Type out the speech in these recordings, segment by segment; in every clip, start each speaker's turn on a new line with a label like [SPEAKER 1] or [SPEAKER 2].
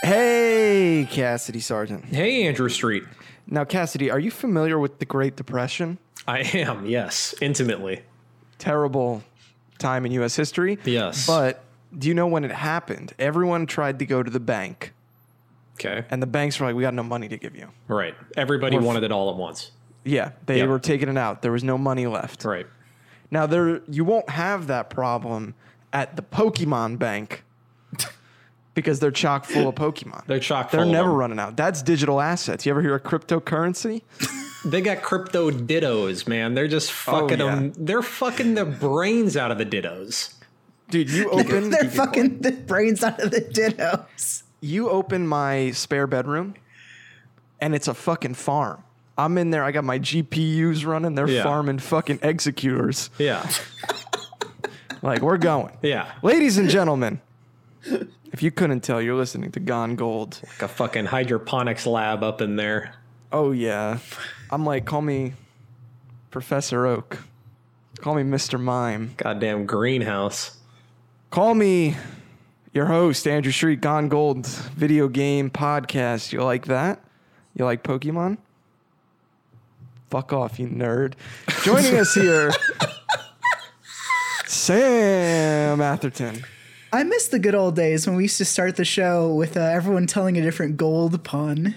[SPEAKER 1] Hey, Cassidy Sargent.
[SPEAKER 2] Hey, Andrew Street.
[SPEAKER 1] Now, Cassidy, are you familiar with the Great Depression?
[SPEAKER 2] I am, yes, intimately.
[SPEAKER 1] Terrible time in U.S. history.
[SPEAKER 2] Yes.
[SPEAKER 1] But do you know when it happened? Everyone tried to go to the bank,
[SPEAKER 2] Okay.
[SPEAKER 1] and the banks were like, we got no money to give you.
[SPEAKER 2] Right. Everybody wanted it all at once.
[SPEAKER 1] Yeah, they
[SPEAKER 2] Yeah.
[SPEAKER 1] were taking it out. There was no money left.
[SPEAKER 2] Right.
[SPEAKER 1] Now, there you won't have that problem at the Pokemon Bank because they're chock full of Pokemon.
[SPEAKER 2] They're chock full.
[SPEAKER 1] They're
[SPEAKER 2] of
[SPEAKER 1] never
[SPEAKER 2] them.
[SPEAKER 1] running out. That's digital assets. You ever hear of cryptocurrency?
[SPEAKER 2] They got crypto dittos, man. They're just fucking
[SPEAKER 1] yeah.
[SPEAKER 2] them. They're fucking the brains out of the dittos.
[SPEAKER 1] Dude, you open
[SPEAKER 3] They're fucking the brains out of the dittos.
[SPEAKER 1] you open my spare bedroom and it's a fucking farm. I'm in there, I got my GPUs running, they're
[SPEAKER 2] Yeah.
[SPEAKER 1] farming fucking executors.
[SPEAKER 2] Yeah.
[SPEAKER 1] Like we're going.
[SPEAKER 2] Yeah.
[SPEAKER 1] Ladies and gentlemen, if you couldn't tell, you're listening to Gone Gold.
[SPEAKER 2] Like a fucking hydroponics lab up in there.
[SPEAKER 1] Oh yeah. I'm like, call me Professor Oak. Call me Mr. Mime.
[SPEAKER 2] Goddamn greenhouse.
[SPEAKER 1] Call me your host, Andrew Street, Gone Gold video game podcast. You like that? You like Pokemon? Fuck off, you nerd. Joining us here, Sam Atherton.
[SPEAKER 3] I miss the good old days when we used to start the show with uh, everyone telling a different gold pun.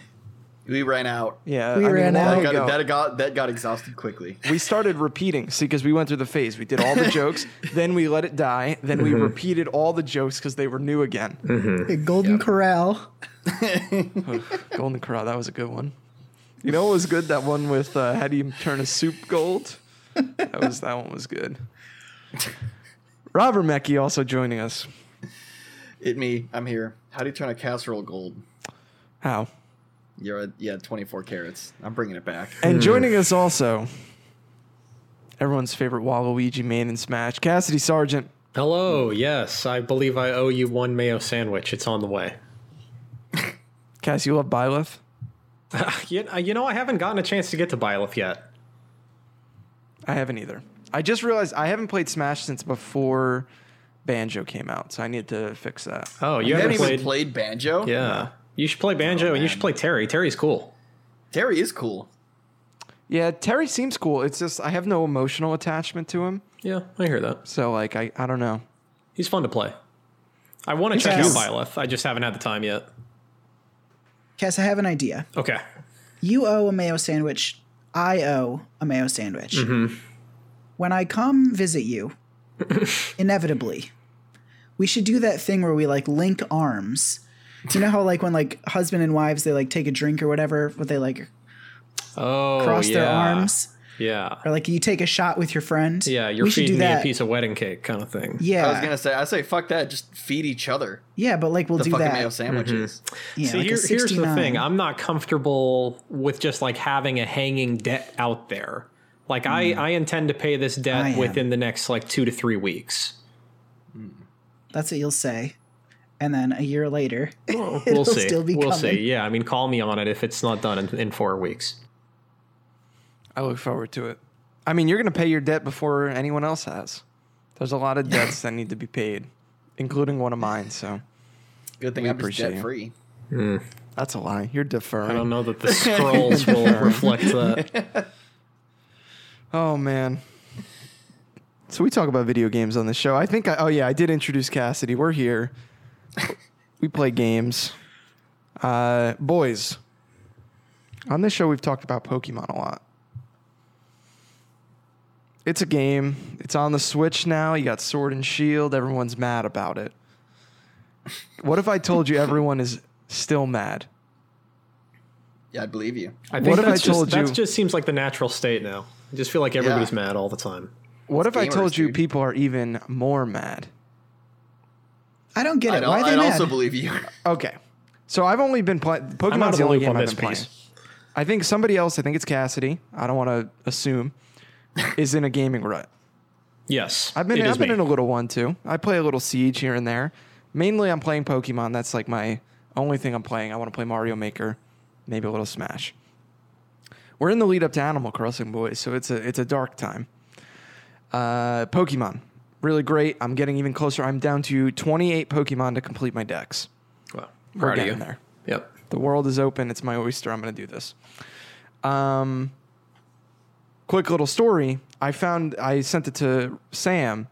[SPEAKER 4] We ran out.
[SPEAKER 1] Yeah,
[SPEAKER 3] We ran
[SPEAKER 1] long
[SPEAKER 3] out.
[SPEAKER 4] That
[SPEAKER 3] There
[SPEAKER 4] got,
[SPEAKER 1] ago,
[SPEAKER 4] that got that got exhausted quickly.
[SPEAKER 1] we started repeating, see, because we went through the phase. We did all the jokes, then we let it die, then we repeated all the jokes because they were new again.
[SPEAKER 3] The Golden Corral.
[SPEAKER 1] Golden Corral, that was a good one. You know what was good? That one with uh, how do you turn a soup gold? That was that one was good. Robert Mackey also joining us.
[SPEAKER 4] It me. I'm here. How do you turn a casserole gold?
[SPEAKER 1] How?
[SPEAKER 4] You're a, yeah, 24 carats. I'm bringing it back.
[SPEAKER 1] And joining us also, everyone's favorite Waluigi main in Smash, Cassidy Sargent.
[SPEAKER 2] Hello. Yes, I believe I owe you one mayo sandwich. It's on the way.
[SPEAKER 1] Cass, you love Byleth?
[SPEAKER 2] You, you know, I haven't gotten a chance to get to Byleth yet.
[SPEAKER 1] I haven't either. I just realized I haven't played Smash since before Banjo came out, so I need to fix that.
[SPEAKER 2] Oh, you,
[SPEAKER 4] you
[SPEAKER 2] haven't
[SPEAKER 4] haven't even
[SPEAKER 2] played?
[SPEAKER 4] played, banjo.
[SPEAKER 2] yeah. You should play Banjo and you should play Terry. Terry's cool.
[SPEAKER 4] Terry is cool.
[SPEAKER 1] Yeah, Terry seems cool. It's just I have no emotional attachment to him.
[SPEAKER 2] Yeah, I hear that.
[SPEAKER 1] So like I, I don't know.
[SPEAKER 2] He's fun to play. I want to check out
[SPEAKER 3] Yes.
[SPEAKER 2] Byleth. I just haven't had the time yet.
[SPEAKER 3] Cass, I have an idea.
[SPEAKER 2] Okay.
[SPEAKER 3] You owe a mayo sandwich. I owe a mayo sandwich.
[SPEAKER 2] Mm-hmm.
[SPEAKER 3] When I come visit you, inevitably, we should do that thing where we like link arms. You know how like when like husband and wives they like take a drink or whatever, but they like
[SPEAKER 2] Oh,
[SPEAKER 3] cross their
[SPEAKER 2] yeah.
[SPEAKER 3] arms
[SPEAKER 2] Yeah.
[SPEAKER 3] or like you take a shot with your friend.
[SPEAKER 2] Yeah, you're
[SPEAKER 3] we should
[SPEAKER 2] feeding
[SPEAKER 3] do
[SPEAKER 2] me
[SPEAKER 3] that.
[SPEAKER 2] a piece of wedding cake kind of thing.
[SPEAKER 3] Yeah,
[SPEAKER 4] I was gonna say. I say fuck that. Just feed each other
[SPEAKER 3] yeah, but like we'll
[SPEAKER 4] the
[SPEAKER 3] do
[SPEAKER 4] fucking
[SPEAKER 3] that.
[SPEAKER 4] mayo sandwiches.
[SPEAKER 3] Yeah,
[SPEAKER 2] See,
[SPEAKER 3] like a
[SPEAKER 2] here, here's the
[SPEAKER 3] 69.
[SPEAKER 2] thing. I'm not comfortable with just like having a hanging debt out there. Like I, I intend to pay this
[SPEAKER 3] Hmm. I
[SPEAKER 2] debt
[SPEAKER 3] am.
[SPEAKER 2] within the next like two to three weeks.
[SPEAKER 3] That's what you'll say, and then a year later,
[SPEAKER 2] We'll
[SPEAKER 3] Oh. It'll
[SPEAKER 2] see.
[SPEAKER 3] still be
[SPEAKER 2] we'll see.
[SPEAKER 3] coming.
[SPEAKER 2] Yeah, I mean, call me on it if it's not done in, in four weeks.
[SPEAKER 1] I look forward to it. I mean, you're going to pay your debt before anyone else has. There's a lot of debts that need to be paid, including one of mine. So
[SPEAKER 4] Good thing I'm just
[SPEAKER 1] appreciate you.
[SPEAKER 4] debt free.
[SPEAKER 1] that's a lie. You're
[SPEAKER 2] I don't
[SPEAKER 1] deferring.
[SPEAKER 2] know that the scrolls will reflect that.
[SPEAKER 1] Oh man. So we talk about video games on the show. I think. I, oh yeah, I did introduce Cassidy. We're here. we play games. Uh, boys. On this show, we've talked about Pokemon a lot. It's a game. It's on the Switch now. You got Sword and Shield. Everyone's mad about it. What if I told you everyone is still mad?
[SPEAKER 4] Yeah, I believe you.
[SPEAKER 2] I think
[SPEAKER 1] if I
[SPEAKER 2] that's
[SPEAKER 1] told
[SPEAKER 2] just, that
[SPEAKER 1] you-
[SPEAKER 2] just seems like the natural state now. I just feel like everybody's mad all the time.
[SPEAKER 1] What if I
[SPEAKER 4] gamers,
[SPEAKER 1] told you
[SPEAKER 4] dude.
[SPEAKER 1] people are even more mad?
[SPEAKER 3] I don't get it.
[SPEAKER 4] I'd,
[SPEAKER 3] Why are they
[SPEAKER 4] I'd
[SPEAKER 3] mad?
[SPEAKER 4] also believe you.
[SPEAKER 1] Okay. So I've only been playing
[SPEAKER 2] I'm
[SPEAKER 1] Pokemon's
[SPEAKER 2] out of
[SPEAKER 1] the
[SPEAKER 2] the
[SPEAKER 1] only
[SPEAKER 2] loop
[SPEAKER 1] game
[SPEAKER 2] on
[SPEAKER 1] I've
[SPEAKER 2] this
[SPEAKER 1] been playing.
[SPEAKER 2] piece.
[SPEAKER 1] I think somebody else, I think it's Cassidy, I don't want to assume, is in a gaming rut.
[SPEAKER 2] Yes,
[SPEAKER 1] I've been
[SPEAKER 2] it is
[SPEAKER 1] I've been
[SPEAKER 2] me.
[SPEAKER 1] in a little one too. I play a little Siege here and there. Mainly I'm playing Pokemon. That's like my only thing I'm playing. I want to play Mario Maker, maybe a little Smash. We're in the lead up to Animal Crossing boys, so it's a it's a dark time. Uh, Pokemon. Really great. I'm getting even closer. I'm down to 28 Pokemon to complete my decks.
[SPEAKER 2] Well,
[SPEAKER 1] We're
[SPEAKER 2] Proud of
[SPEAKER 1] getting
[SPEAKER 2] you.
[SPEAKER 1] there.
[SPEAKER 2] Yep.
[SPEAKER 1] The world is open. It's my oyster. I'm going to do this. Um, quick little story. I found, I sent it to Sam.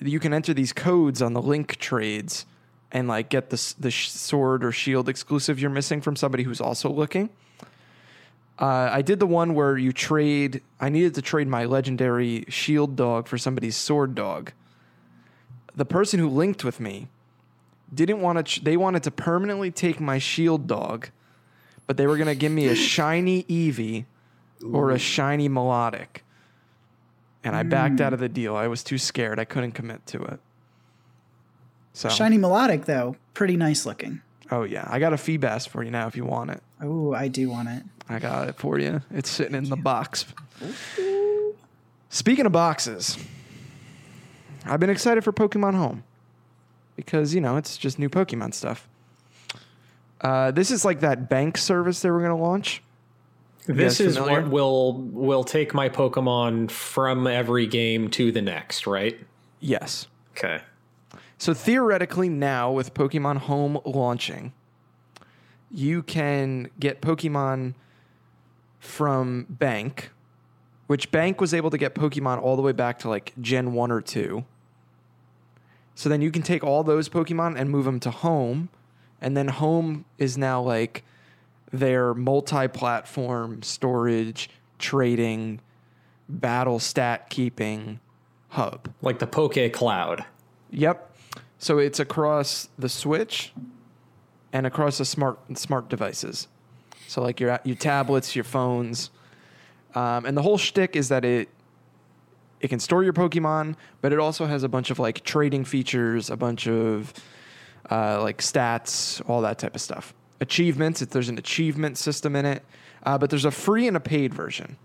[SPEAKER 1] You can enter these codes on the link trades and like get the, s- the sh- sword or shield exclusive you're missing from somebody who's also looking. Uh, I did the one where you trade, I needed to trade my legendary shield dog for somebody's sword dog. The person who linked with me didn't want to. Ch- they wanted to permanently take my shield dog, but they were going to give me a shiny Eevee or a shiny Melodic. And I backed out of the deal. I was too scared. I couldn't commit to it. So,
[SPEAKER 3] Shiny melodic though, pretty nice looking.
[SPEAKER 1] oh yeah, I got a Feebas for you now if you want it.
[SPEAKER 3] Oh, I do want it.
[SPEAKER 1] I got it for you. It's sitting in the box. Speaking of boxes, I've been excited for Pokemon Home because, you know, it's just new Pokemon stuff. Uh, this is like that bank service they were going to launch.
[SPEAKER 2] This
[SPEAKER 1] guys
[SPEAKER 2] is
[SPEAKER 1] familiar?
[SPEAKER 2] what will will take my Pokemon from every game to the next, right?
[SPEAKER 1] Yes.
[SPEAKER 2] Okay.
[SPEAKER 1] So theoretically, now with Pokemon Home launching, you can get Pokemon from Bank, which Bank was able to get Pokemon all the way back to like Gen 1 or 2. So then you can take all those Pokemon and move them to Home. And then Home is now like their multi platform storage, trading, battle stat keeping hub.
[SPEAKER 2] Like the Poke Cloud.
[SPEAKER 1] Yep. So it's across the Switch and across the smart smart devices. So like your your tablets, your phones, um, and the whole shtick is that it it can store your Pokemon, but it also has a bunch of like trading features, a bunch of uh, like stats, all that type of stuff. Achievements. If there's an achievement system in it, uh, but there's a free and a paid version,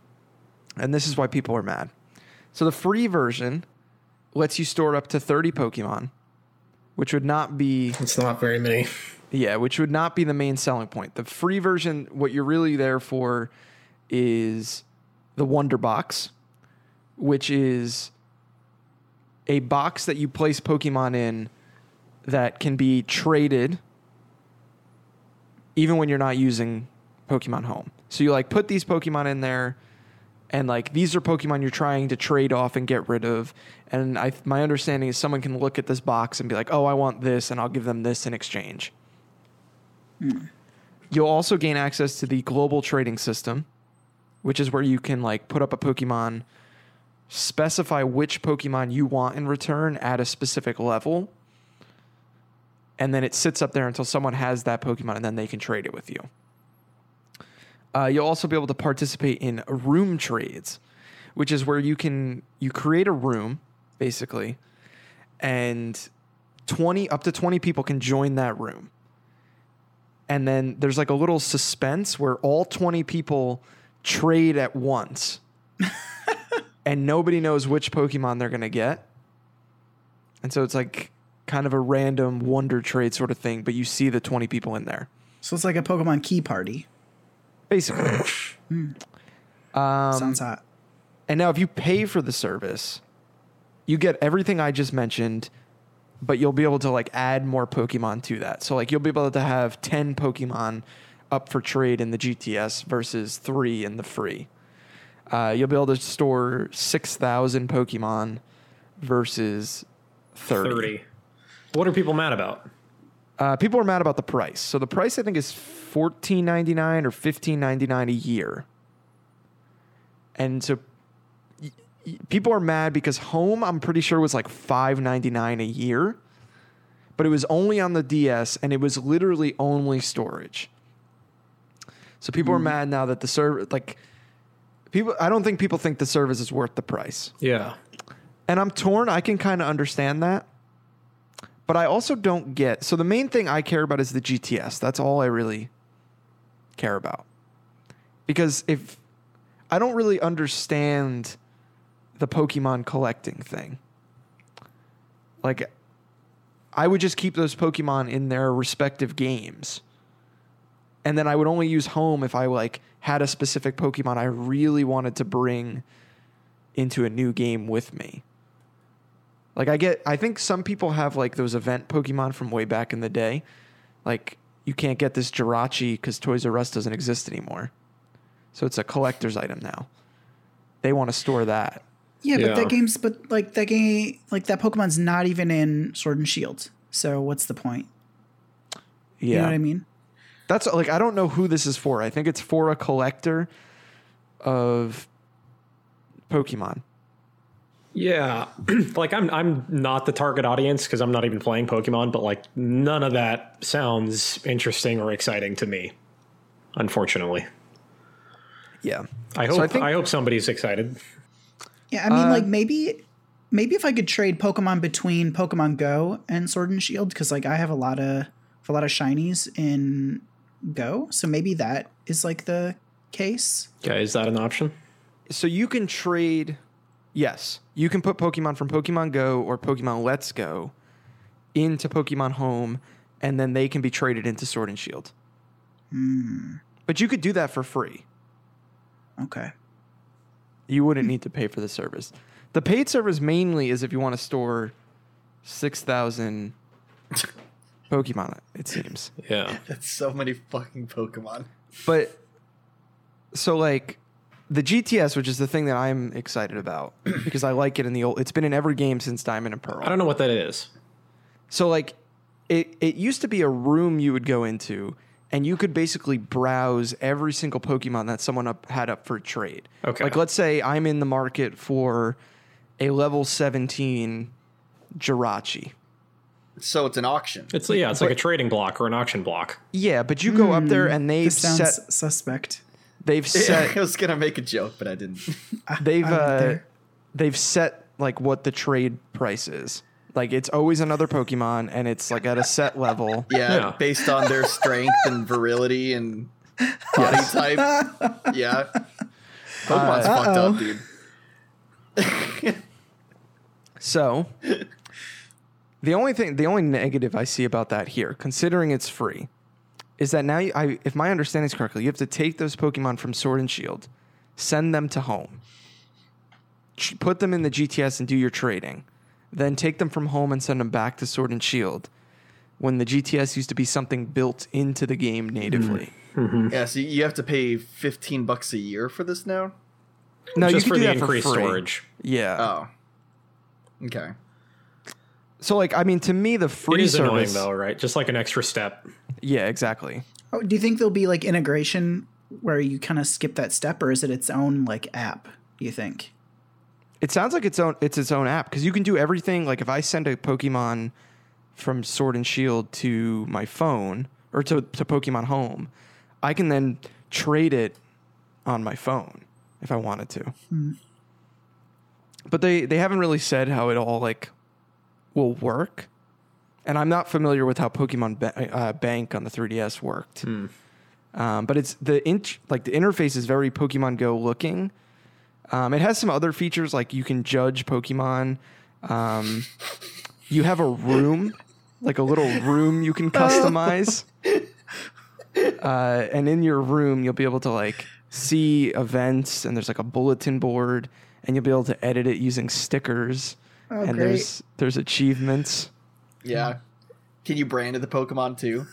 [SPEAKER 1] and this is why people are mad. So the free version lets you store up to 30 Pokemon, which would not be
[SPEAKER 2] It's not very many.
[SPEAKER 1] yeah, which would not be the main selling point. The free version, what you're really there for is the Wonder Box, which is a box that you place Pokemon in that can be traded even when you're not using Pokemon Home. So you like put these Pokemon in there and like these are Pokemon you're trying to trade off and get rid of. And I my understanding is someone can look at this box and be like, "Oh, I want this and I'll give them this in exchange." You'll also gain access to the global trading system, which is where you can like put up a Pokemon, specify which Pokemon you want in return at a specific level, and then it sits up there until someone has that Pokemon and then they can trade it with you. Uh, you'll also be able to participate in room trades, which is where you can you create a room basically, and twenty up to twenty people can join that room. And then there's like a little suspense where all twenty people trade at once, and nobody knows which Pokemon they're gonna get. And so it's like kind of a random wonder trade sort of thing, but you see the twenty people in there
[SPEAKER 3] So it's like a Pokemon key party.
[SPEAKER 1] basically.
[SPEAKER 4] Um,
[SPEAKER 3] Sounds hot.
[SPEAKER 1] And now, if you pay for the service, you get everything I just mentioned, but you'll be able to like add more Pokemon to that. So like you'll be able to have ten Pokemon up for trade in the GTS versus three in the free. Uh, you'll be able to store six thousand Pokemon versus thirty.
[SPEAKER 2] 30. What are people mad about?
[SPEAKER 1] Uh, people are mad about the price. So the price I think is fourteen ninety nine or fifteen ninety nine a year. And so y- y- people are mad because home I'm pretty sure was like five ninety nine a year, but it was only on the DS and it was literally only storage. So people are mad now that the server like people. I don't think people think the service is worth the price
[SPEAKER 2] Yeah.
[SPEAKER 1] and I'm torn. I can kind of understand that. But I also don't get. So the main thing I care about is the GTS. That's all I really care about. Because if I don't really understand the Pokemon collecting thing. Like I would just keep those Pokemon in their respective games. And then I would only use home if I like had a specific Pokemon I really wanted to bring into a new game with me. Like I get I think some people have like those event Pokemon from way back in the day. Like you can't get this Jirachi because Toys R Us doesn't exist anymore. So it's a collector's item now. They want to store that.
[SPEAKER 3] Yeah, but
[SPEAKER 2] Yeah.
[SPEAKER 3] that game's but like that game like that Pokemon's not even in Sword and Shield. So what's the point?
[SPEAKER 1] Yeah.
[SPEAKER 3] You know what I mean?
[SPEAKER 1] That's like I don't know who this is for. I think it's for a collector of Pokemon.
[SPEAKER 2] Yeah, like I'm I'm not the target audience because I'm not even playing Pokemon, but like none of that sounds interesting or exciting to me. Unfortunately,
[SPEAKER 1] Yeah.
[SPEAKER 2] I
[SPEAKER 1] So
[SPEAKER 2] hope
[SPEAKER 1] I
[SPEAKER 2] I,
[SPEAKER 1] think-
[SPEAKER 2] hope somebody's excited.
[SPEAKER 3] Yeah, I mean
[SPEAKER 1] Uh,
[SPEAKER 3] like maybe maybe if I could trade Pokemon between Pokemon Go and Sword and Shield because like I have a lot of a lot of shinies in Go, so maybe that is like the case.
[SPEAKER 2] Okay, is that an option?
[SPEAKER 1] So you can trade yes. You can put Pokemon from Pokemon Go or Pokemon Let's Go into Pokemon Home and then they can be traded into Sword and Shield. But you could do that for free.
[SPEAKER 3] Okay.
[SPEAKER 1] You wouldn't need to pay for the service. The paid service mainly is if you want to store 6,000 Pokemon, it seems.
[SPEAKER 2] Yeah,
[SPEAKER 4] That's so many fucking Pokemon.
[SPEAKER 1] But so like the GTS, which is the thing that I'm excited about because I like it in the old. It's been in every game since Diamond and
[SPEAKER 2] I
[SPEAKER 1] Pearl.
[SPEAKER 2] don't know what that is.
[SPEAKER 1] So like it it used to be a room you would go into and you could basically browse every single Pokemon that someone up had up for trade.
[SPEAKER 2] Okay.
[SPEAKER 1] Like let's say I'm in the market for a level 17 Jirachi.
[SPEAKER 4] So it's an auction.
[SPEAKER 2] It's yeah, it's like a trading block or an auction block.
[SPEAKER 1] Yeah, but you go up there and they've
[SPEAKER 3] Hmm. This sounds
[SPEAKER 1] set
[SPEAKER 3] suspect.
[SPEAKER 1] they've set
[SPEAKER 4] I was gonna make a joke, but I didn't.
[SPEAKER 1] they've
[SPEAKER 3] went
[SPEAKER 1] uh,
[SPEAKER 3] there.
[SPEAKER 1] they've set like what the trade price is. Like it's always another Pokemon, and it's like at a set level.
[SPEAKER 4] Yeah,
[SPEAKER 2] Yeah.
[SPEAKER 4] based on their strength and virility and body type. Yeah, Pokemon's fucked up, dude.
[SPEAKER 1] So the only thing, the only negative I see about that here, considering it's free, is that now, you, I, if my understanding is correctly, you have to take those Pokemon from Sword and Shield, send them to home, ch- put them in the GTS and do your trading, then take them from home and send them back to Sword and Shield. When the GTS used to be something built into the game natively.
[SPEAKER 2] Mm.
[SPEAKER 3] Mm-hmm.
[SPEAKER 4] Yeah, so you have to pay fifteen bucks a year for this now.
[SPEAKER 1] No,
[SPEAKER 2] Just
[SPEAKER 1] you
[SPEAKER 2] for
[SPEAKER 1] can do
[SPEAKER 2] the
[SPEAKER 1] that
[SPEAKER 2] increased
[SPEAKER 1] for free.
[SPEAKER 2] storage.
[SPEAKER 1] Yeah.
[SPEAKER 4] Oh, okay.
[SPEAKER 1] So like I mean to me the
[SPEAKER 2] It
[SPEAKER 1] free
[SPEAKER 2] is
[SPEAKER 1] service
[SPEAKER 2] annoying though, right? Just like an extra step.
[SPEAKER 1] Yeah, exactly.
[SPEAKER 3] Oh, do you think there'll be like integration where you kind of skip that step, or is it its own like app? Do you think?
[SPEAKER 1] It sounds like its own it's its own app cuz you can do everything like if I send a Pokemon from Sword and Shield to my phone or to to Pokemon Home, I can then trade it on my phone if I wanted to. But they they haven't really said how it all like will work. And I'm not familiar with how Pokemon ba- uh, Bank on the 3DS worked. Um, but it's the int- like the interface is very Pokemon Go looking. Um, it has some other features like you can judge Pokemon. Um, you have a room, like a little room you can customize. Uh, and in your room, you'll be able to like see events, and there's like a bulletin board, and you'll be able to edit it using stickers. and
[SPEAKER 3] great.
[SPEAKER 1] there's there's achievements.
[SPEAKER 3] Hmm.
[SPEAKER 4] Yeah, can you brand the Pokemon too?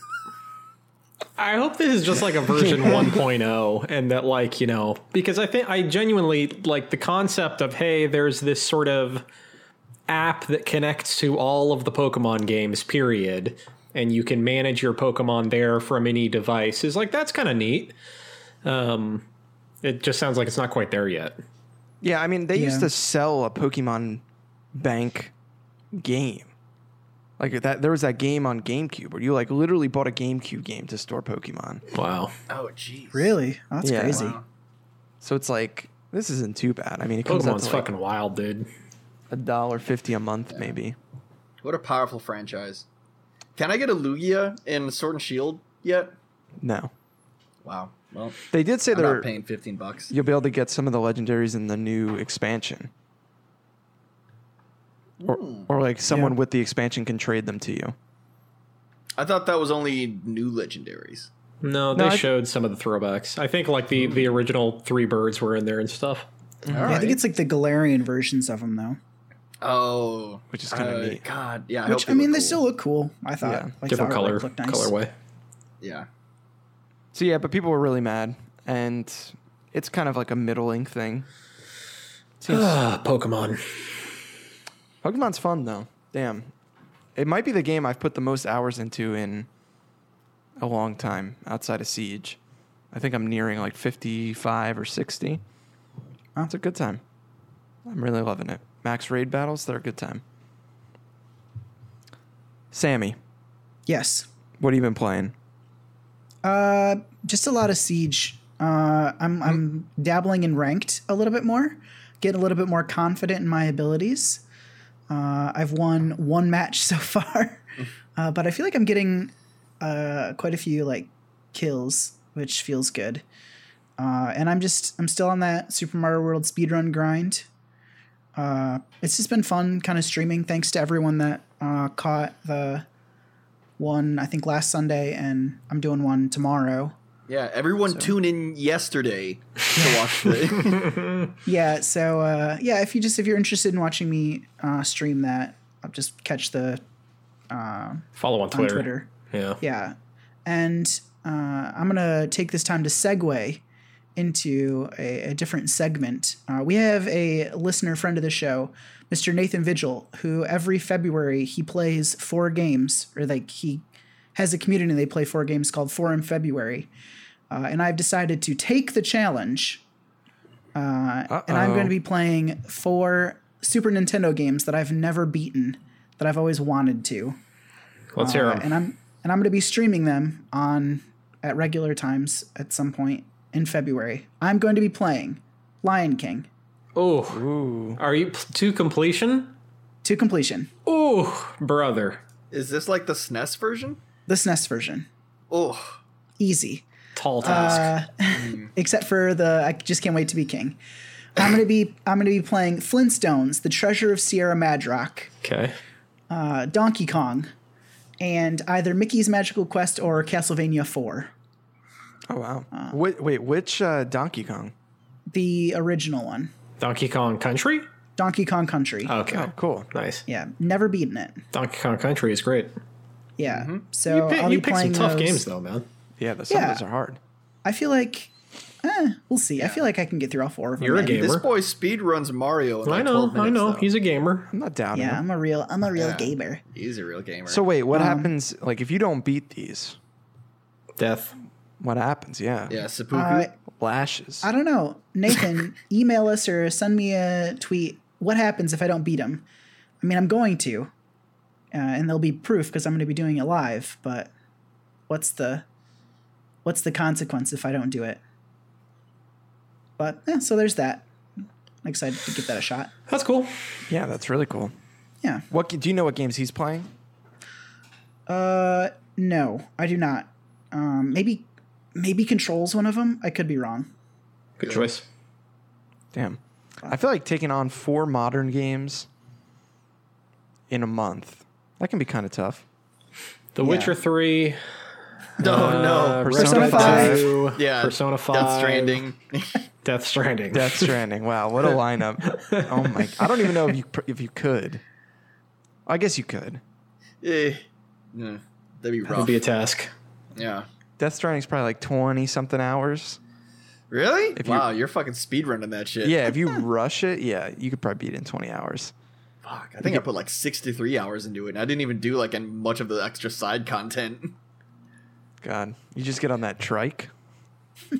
[SPEAKER 2] I hope this is just like a version 1.0 and that like, you know, because I think I genuinely like the concept of hey, there's this sort of app that connects to all of the Pokemon games period and you can manage your Pokemon there from any device is like that's kind of neat. Um it just sounds like it's not quite there yet.
[SPEAKER 1] Yeah, I mean, they used
[SPEAKER 3] Yeah.
[SPEAKER 1] to sell a Pokemon Bank game. Like that, there was that game on GameCube where you like literally bought a GameCube game to store Pokemon.
[SPEAKER 2] Wow.
[SPEAKER 4] Oh, jeez.
[SPEAKER 3] Really? Oh, that's
[SPEAKER 1] Yeah.
[SPEAKER 3] crazy.
[SPEAKER 4] Wow.
[SPEAKER 1] So it's like this isn't too bad. I mean, it comes out
[SPEAKER 2] Pokemon's
[SPEAKER 1] to like
[SPEAKER 2] fucking wild, dude.
[SPEAKER 1] a dollar fifty a month, maybe.
[SPEAKER 4] What a powerful franchise. Can I get a Lugia in Sword and Shield yet?
[SPEAKER 1] No,
[SPEAKER 4] Wow. Well,
[SPEAKER 1] they did say
[SPEAKER 4] I'm not
[SPEAKER 1] they're
[SPEAKER 4] paying fifteen bucks.
[SPEAKER 1] you'll be able to get some of the legendaries in the new expansion, or,
[SPEAKER 4] Hmm.
[SPEAKER 1] or like someone
[SPEAKER 3] Yeah.
[SPEAKER 1] with the expansion can trade them to you.
[SPEAKER 4] I thought that was only new legendaries.
[SPEAKER 2] No,
[SPEAKER 1] No,
[SPEAKER 2] they
[SPEAKER 1] I-
[SPEAKER 2] showed some of the throwbacks. I think like the the original three birds were in there and stuff.
[SPEAKER 3] Mm-hmm.
[SPEAKER 4] All
[SPEAKER 3] Yeah, I
[SPEAKER 4] right.
[SPEAKER 3] think it's like the Galarian versions of them though.
[SPEAKER 4] Oh,
[SPEAKER 1] Which is kinda neat.
[SPEAKER 4] God, yeah. I
[SPEAKER 3] Which
[SPEAKER 4] hope
[SPEAKER 3] I
[SPEAKER 4] it
[SPEAKER 3] mean,
[SPEAKER 4] look
[SPEAKER 3] they
[SPEAKER 4] cool.
[SPEAKER 3] still look cool. I thought
[SPEAKER 1] Yeah.
[SPEAKER 3] like the
[SPEAKER 2] Different
[SPEAKER 3] artwork
[SPEAKER 2] color
[SPEAKER 3] looked nice.
[SPEAKER 2] colorway.
[SPEAKER 4] Yeah.
[SPEAKER 1] So yeah, but people were really mad, and it's kind of like a middling thing.
[SPEAKER 2] Ah, Pokemon.
[SPEAKER 1] Pokemon's fun though. Damn, it might be the game I've put the most hours into in a long time outside of Siege. I think I'm nearing like 55 or 60. That's a good time. I'm really loving it. Max raid battles, they're a good time. Sammy,
[SPEAKER 3] Yes.
[SPEAKER 1] what have you been playing?
[SPEAKER 3] Uh, just a lot of siege. Uh, I'm I'm dabbling in ranked a little bit more, getting a little bit more confident in my abilities. Uh, I've won one match so far, uh, but I feel like I'm getting uh, quite a few like kills, which feels good. Uh, and I'm just I'm still on that Super Mario World speedrun grind. Uh, it's just been fun, kind of streaming. Thanks to everyone that uh, caught the one I think last Sunday, and I'm doing one tomorrow.
[SPEAKER 4] Yeah. Everyone tune in yesterday to watch the.
[SPEAKER 3] Yeah, so uh, yeah, if you just if you're interested in watching me uh, stream that, I'll just catch the
[SPEAKER 2] Follow on
[SPEAKER 3] on
[SPEAKER 2] Twitter.
[SPEAKER 3] Twitter.
[SPEAKER 2] Yeah.
[SPEAKER 3] Yeah, and uh, I'm gonna take this time to segue into a, a different segment. Uh, we have a listener friend of the show, Mr. Nathan Vigil, who every February he plays four games, or like he has a community and they play four games called Four in February. Uh, and I've decided to take the challenge, uh, and I'm
[SPEAKER 1] Uh-oh.
[SPEAKER 3] going to be playing four Super Nintendo games that I've never beaten, that I've always wanted to
[SPEAKER 2] Let's hear 'em.
[SPEAKER 3] and I'm and I'm going to be streaming them on at regular times at some point in February. I'm going to be playing Lion King
[SPEAKER 2] Oh,
[SPEAKER 1] Ooh.
[SPEAKER 2] are you p- to completion?
[SPEAKER 3] to completion,
[SPEAKER 2] Oh, brother.
[SPEAKER 4] Is this like the SNES version?
[SPEAKER 3] the SNES version.
[SPEAKER 4] Oh.
[SPEAKER 3] Easy,
[SPEAKER 2] Tall task.
[SPEAKER 3] except for the I just can't wait to be king. I'm going to be I'm going to be playing Flintstones: The Treasure of Sierra Madrock,
[SPEAKER 2] okay.
[SPEAKER 3] uh, Donkey Kong, and either Mickey's Magical Quest or Castlevania 4,
[SPEAKER 1] Oh wow. wait, wait, which uh, Donkey Kong?
[SPEAKER 3] the original one,
[SPEAKER 2] Donkey Kong Country?
[SPEAKER 3] Donkey Kong Country.
[SPEAKER 2] Okay.
[SPEAKER 1] Oh, cool.
[SPEAKER 2] Nice.
[SPEAKER 3] yeah, never beaten it.
[SPEAKER 2] Donkey Kong Country is great.
[SPEAKER 3] Yeah. So
[SPEAKER 2] Pick-
[SPEAKER 3] I'll
[SPEAKER 2] Mm-hmm.
[SPEAKER 3] be
[SPEAKER 2] you pick some
[SPEAKER 3] playing
[SPEAKER 2] tough
[SPEAKER 3] those.
[SPEAKER 2] games, though, man.
[SPEAKER 1] Yeah, the, some
[SPEAKER 3] Yeah.
[SPEAKER 1] of those are hard.
[SPEAKER 3] I feel like, eh, we'll see. I feel like I can get through all four of them.
[SPEAKER 2] You're a
[SPEAKER 3] man.
[SPEAKER 2] gamer.
[SPEAKER 4] This boy speed runs Mario. In like
[SPEAKER 2] I know.
[SPEAKER 4] 12
[SPEAKER 2] I
[SPEAKER 4] minutes,
[SPEAKER 2] know.
[SPEAKER 4] though.
[SPEAKER 2] He's a gamer.
[SPEAKER 1] I'm not doubting
[SPEAKER 3] Yeah, Um,
[SPEAKER 1] them.
[SPEAKER 3] I'm a real, I'm a real
[SPEAKER 4] Yeah.
[SPEAKER 3] gamer.
[SPEAKER 4] He's a real gamer.
[SPEAKER 1] So wait, what happens? Like, if you don't beat these,
[SPEAKER 2] Death.
[SPEAKER 1] what happens? Yeah,
[SPEAKER 4] yeah, Seppuku.
[SPEAKER 3] Uh,
[SPEAKER 1] lashes.
[SPEAKER 3] I don't know, Nathan. email us or send me a tweet. What happens if I don't beat him? I mean, I'm going to, uh, and there'll be proof because I'm going to be doing it live. But what's the, what's the consequence if I don't do it? But yeah, so there's that. I'm excited to give that a shot.
[SPEAKER 2] That's cool.
[SPEAKER 1] yeah, that's really cool.
[SPEAKER 3] Yeah.
[SPEAKER 1] What g- do you know? What games he's playing?
[SPEAKER 3] Uh, no, I do not. Um, maybe, maybe controls one of them. I could be wrong.
[SPEAKER 2] Good choice.
[SPEAKER 1] Damn,
[SPEAKER 4] Uh,
[SPEAKER 1] I feel like taking on four modern games in a month that can be kind of tough.
[SPEAKER 2] The Witcher 3.
[SPEAKER 4] no, Oh, no.
[SPEAKER 3] Persona five.
[SPEAKER 2] 2,
[SPEAKER 4] Yeah.
[SPEAKER 2] uh, Persona 5.
[SPEAKER 4] Death Stranding.
[SPEAKER 2] Death Stranding.
[SPEAKER 1] Death Stranding. Wow, what a lineup! Oh my, I don't even know if you pr- if you could. I guess you could.
[SPEAKER 4] Eh. Yeah. That'd be rough.
[SPEAKER 2] would be a task.
[SPEAKER 4] yeah.
[SPEAKER 1] Death Stranding's probably like twenty something hours.
[SPEAKER 4] Really?
[SPEAKER 1] If you-
[SPEAKER 4] wow, you're fucking speed running that shit.
[SPEAKER 1] Yeah, if you rush it, yeah, you could probably beat it in twenty hours.
[SPEAKER 4] Fuck, I think I put like 63 hours into it, and I didn't even do like any- much of the extra side content.
[SPEAKER 1] God, you just get on that trike.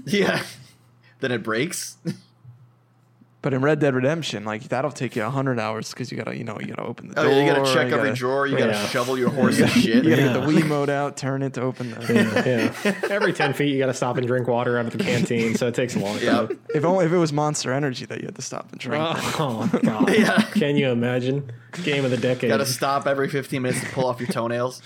[SPEAKER 4] yeah. Then it breaks.
[SPEAKER 1] But in Red Dead Redemption, like that'll take you hundred hours because you gotta, you know, you gotta open the
[SPEAKER 4] Oh,
[SPEAKER 1] door.
[SPEAKER 4] yeah, you gotta check
[SPEAKER 1] you
[SPEAKER 4] every
[SPEAKER 1] gotta-
[SPEAKER 4] drawer. You gotta
[SPEAKER 2] Yeah.
[SPEAKER 4] shovel your horse's shit.
[SPEAKER 1] You gotta get
[SPEAKER 2] Yeah.
[SPEAKER 1] the Wii mode out, turn it to open the.
[SPEAKER 2] yeah. Every 10 feet, you got to stop and drink water out of the canteen, so it takes a long
[SPEAKER 4] Yeah.
[SPEAKER 2] time.
[SPEAKER 1] if only if it was Monster Energy that you had to stop and drink.
[SPEAKER 2] Oh, God.
[SPEAKER 4] Yeah.
[SPEAKER 2] Can you imagine? Game of the decade.
[SPEAKER 4] Gotta stop every 15 minutes to pull off your toenails.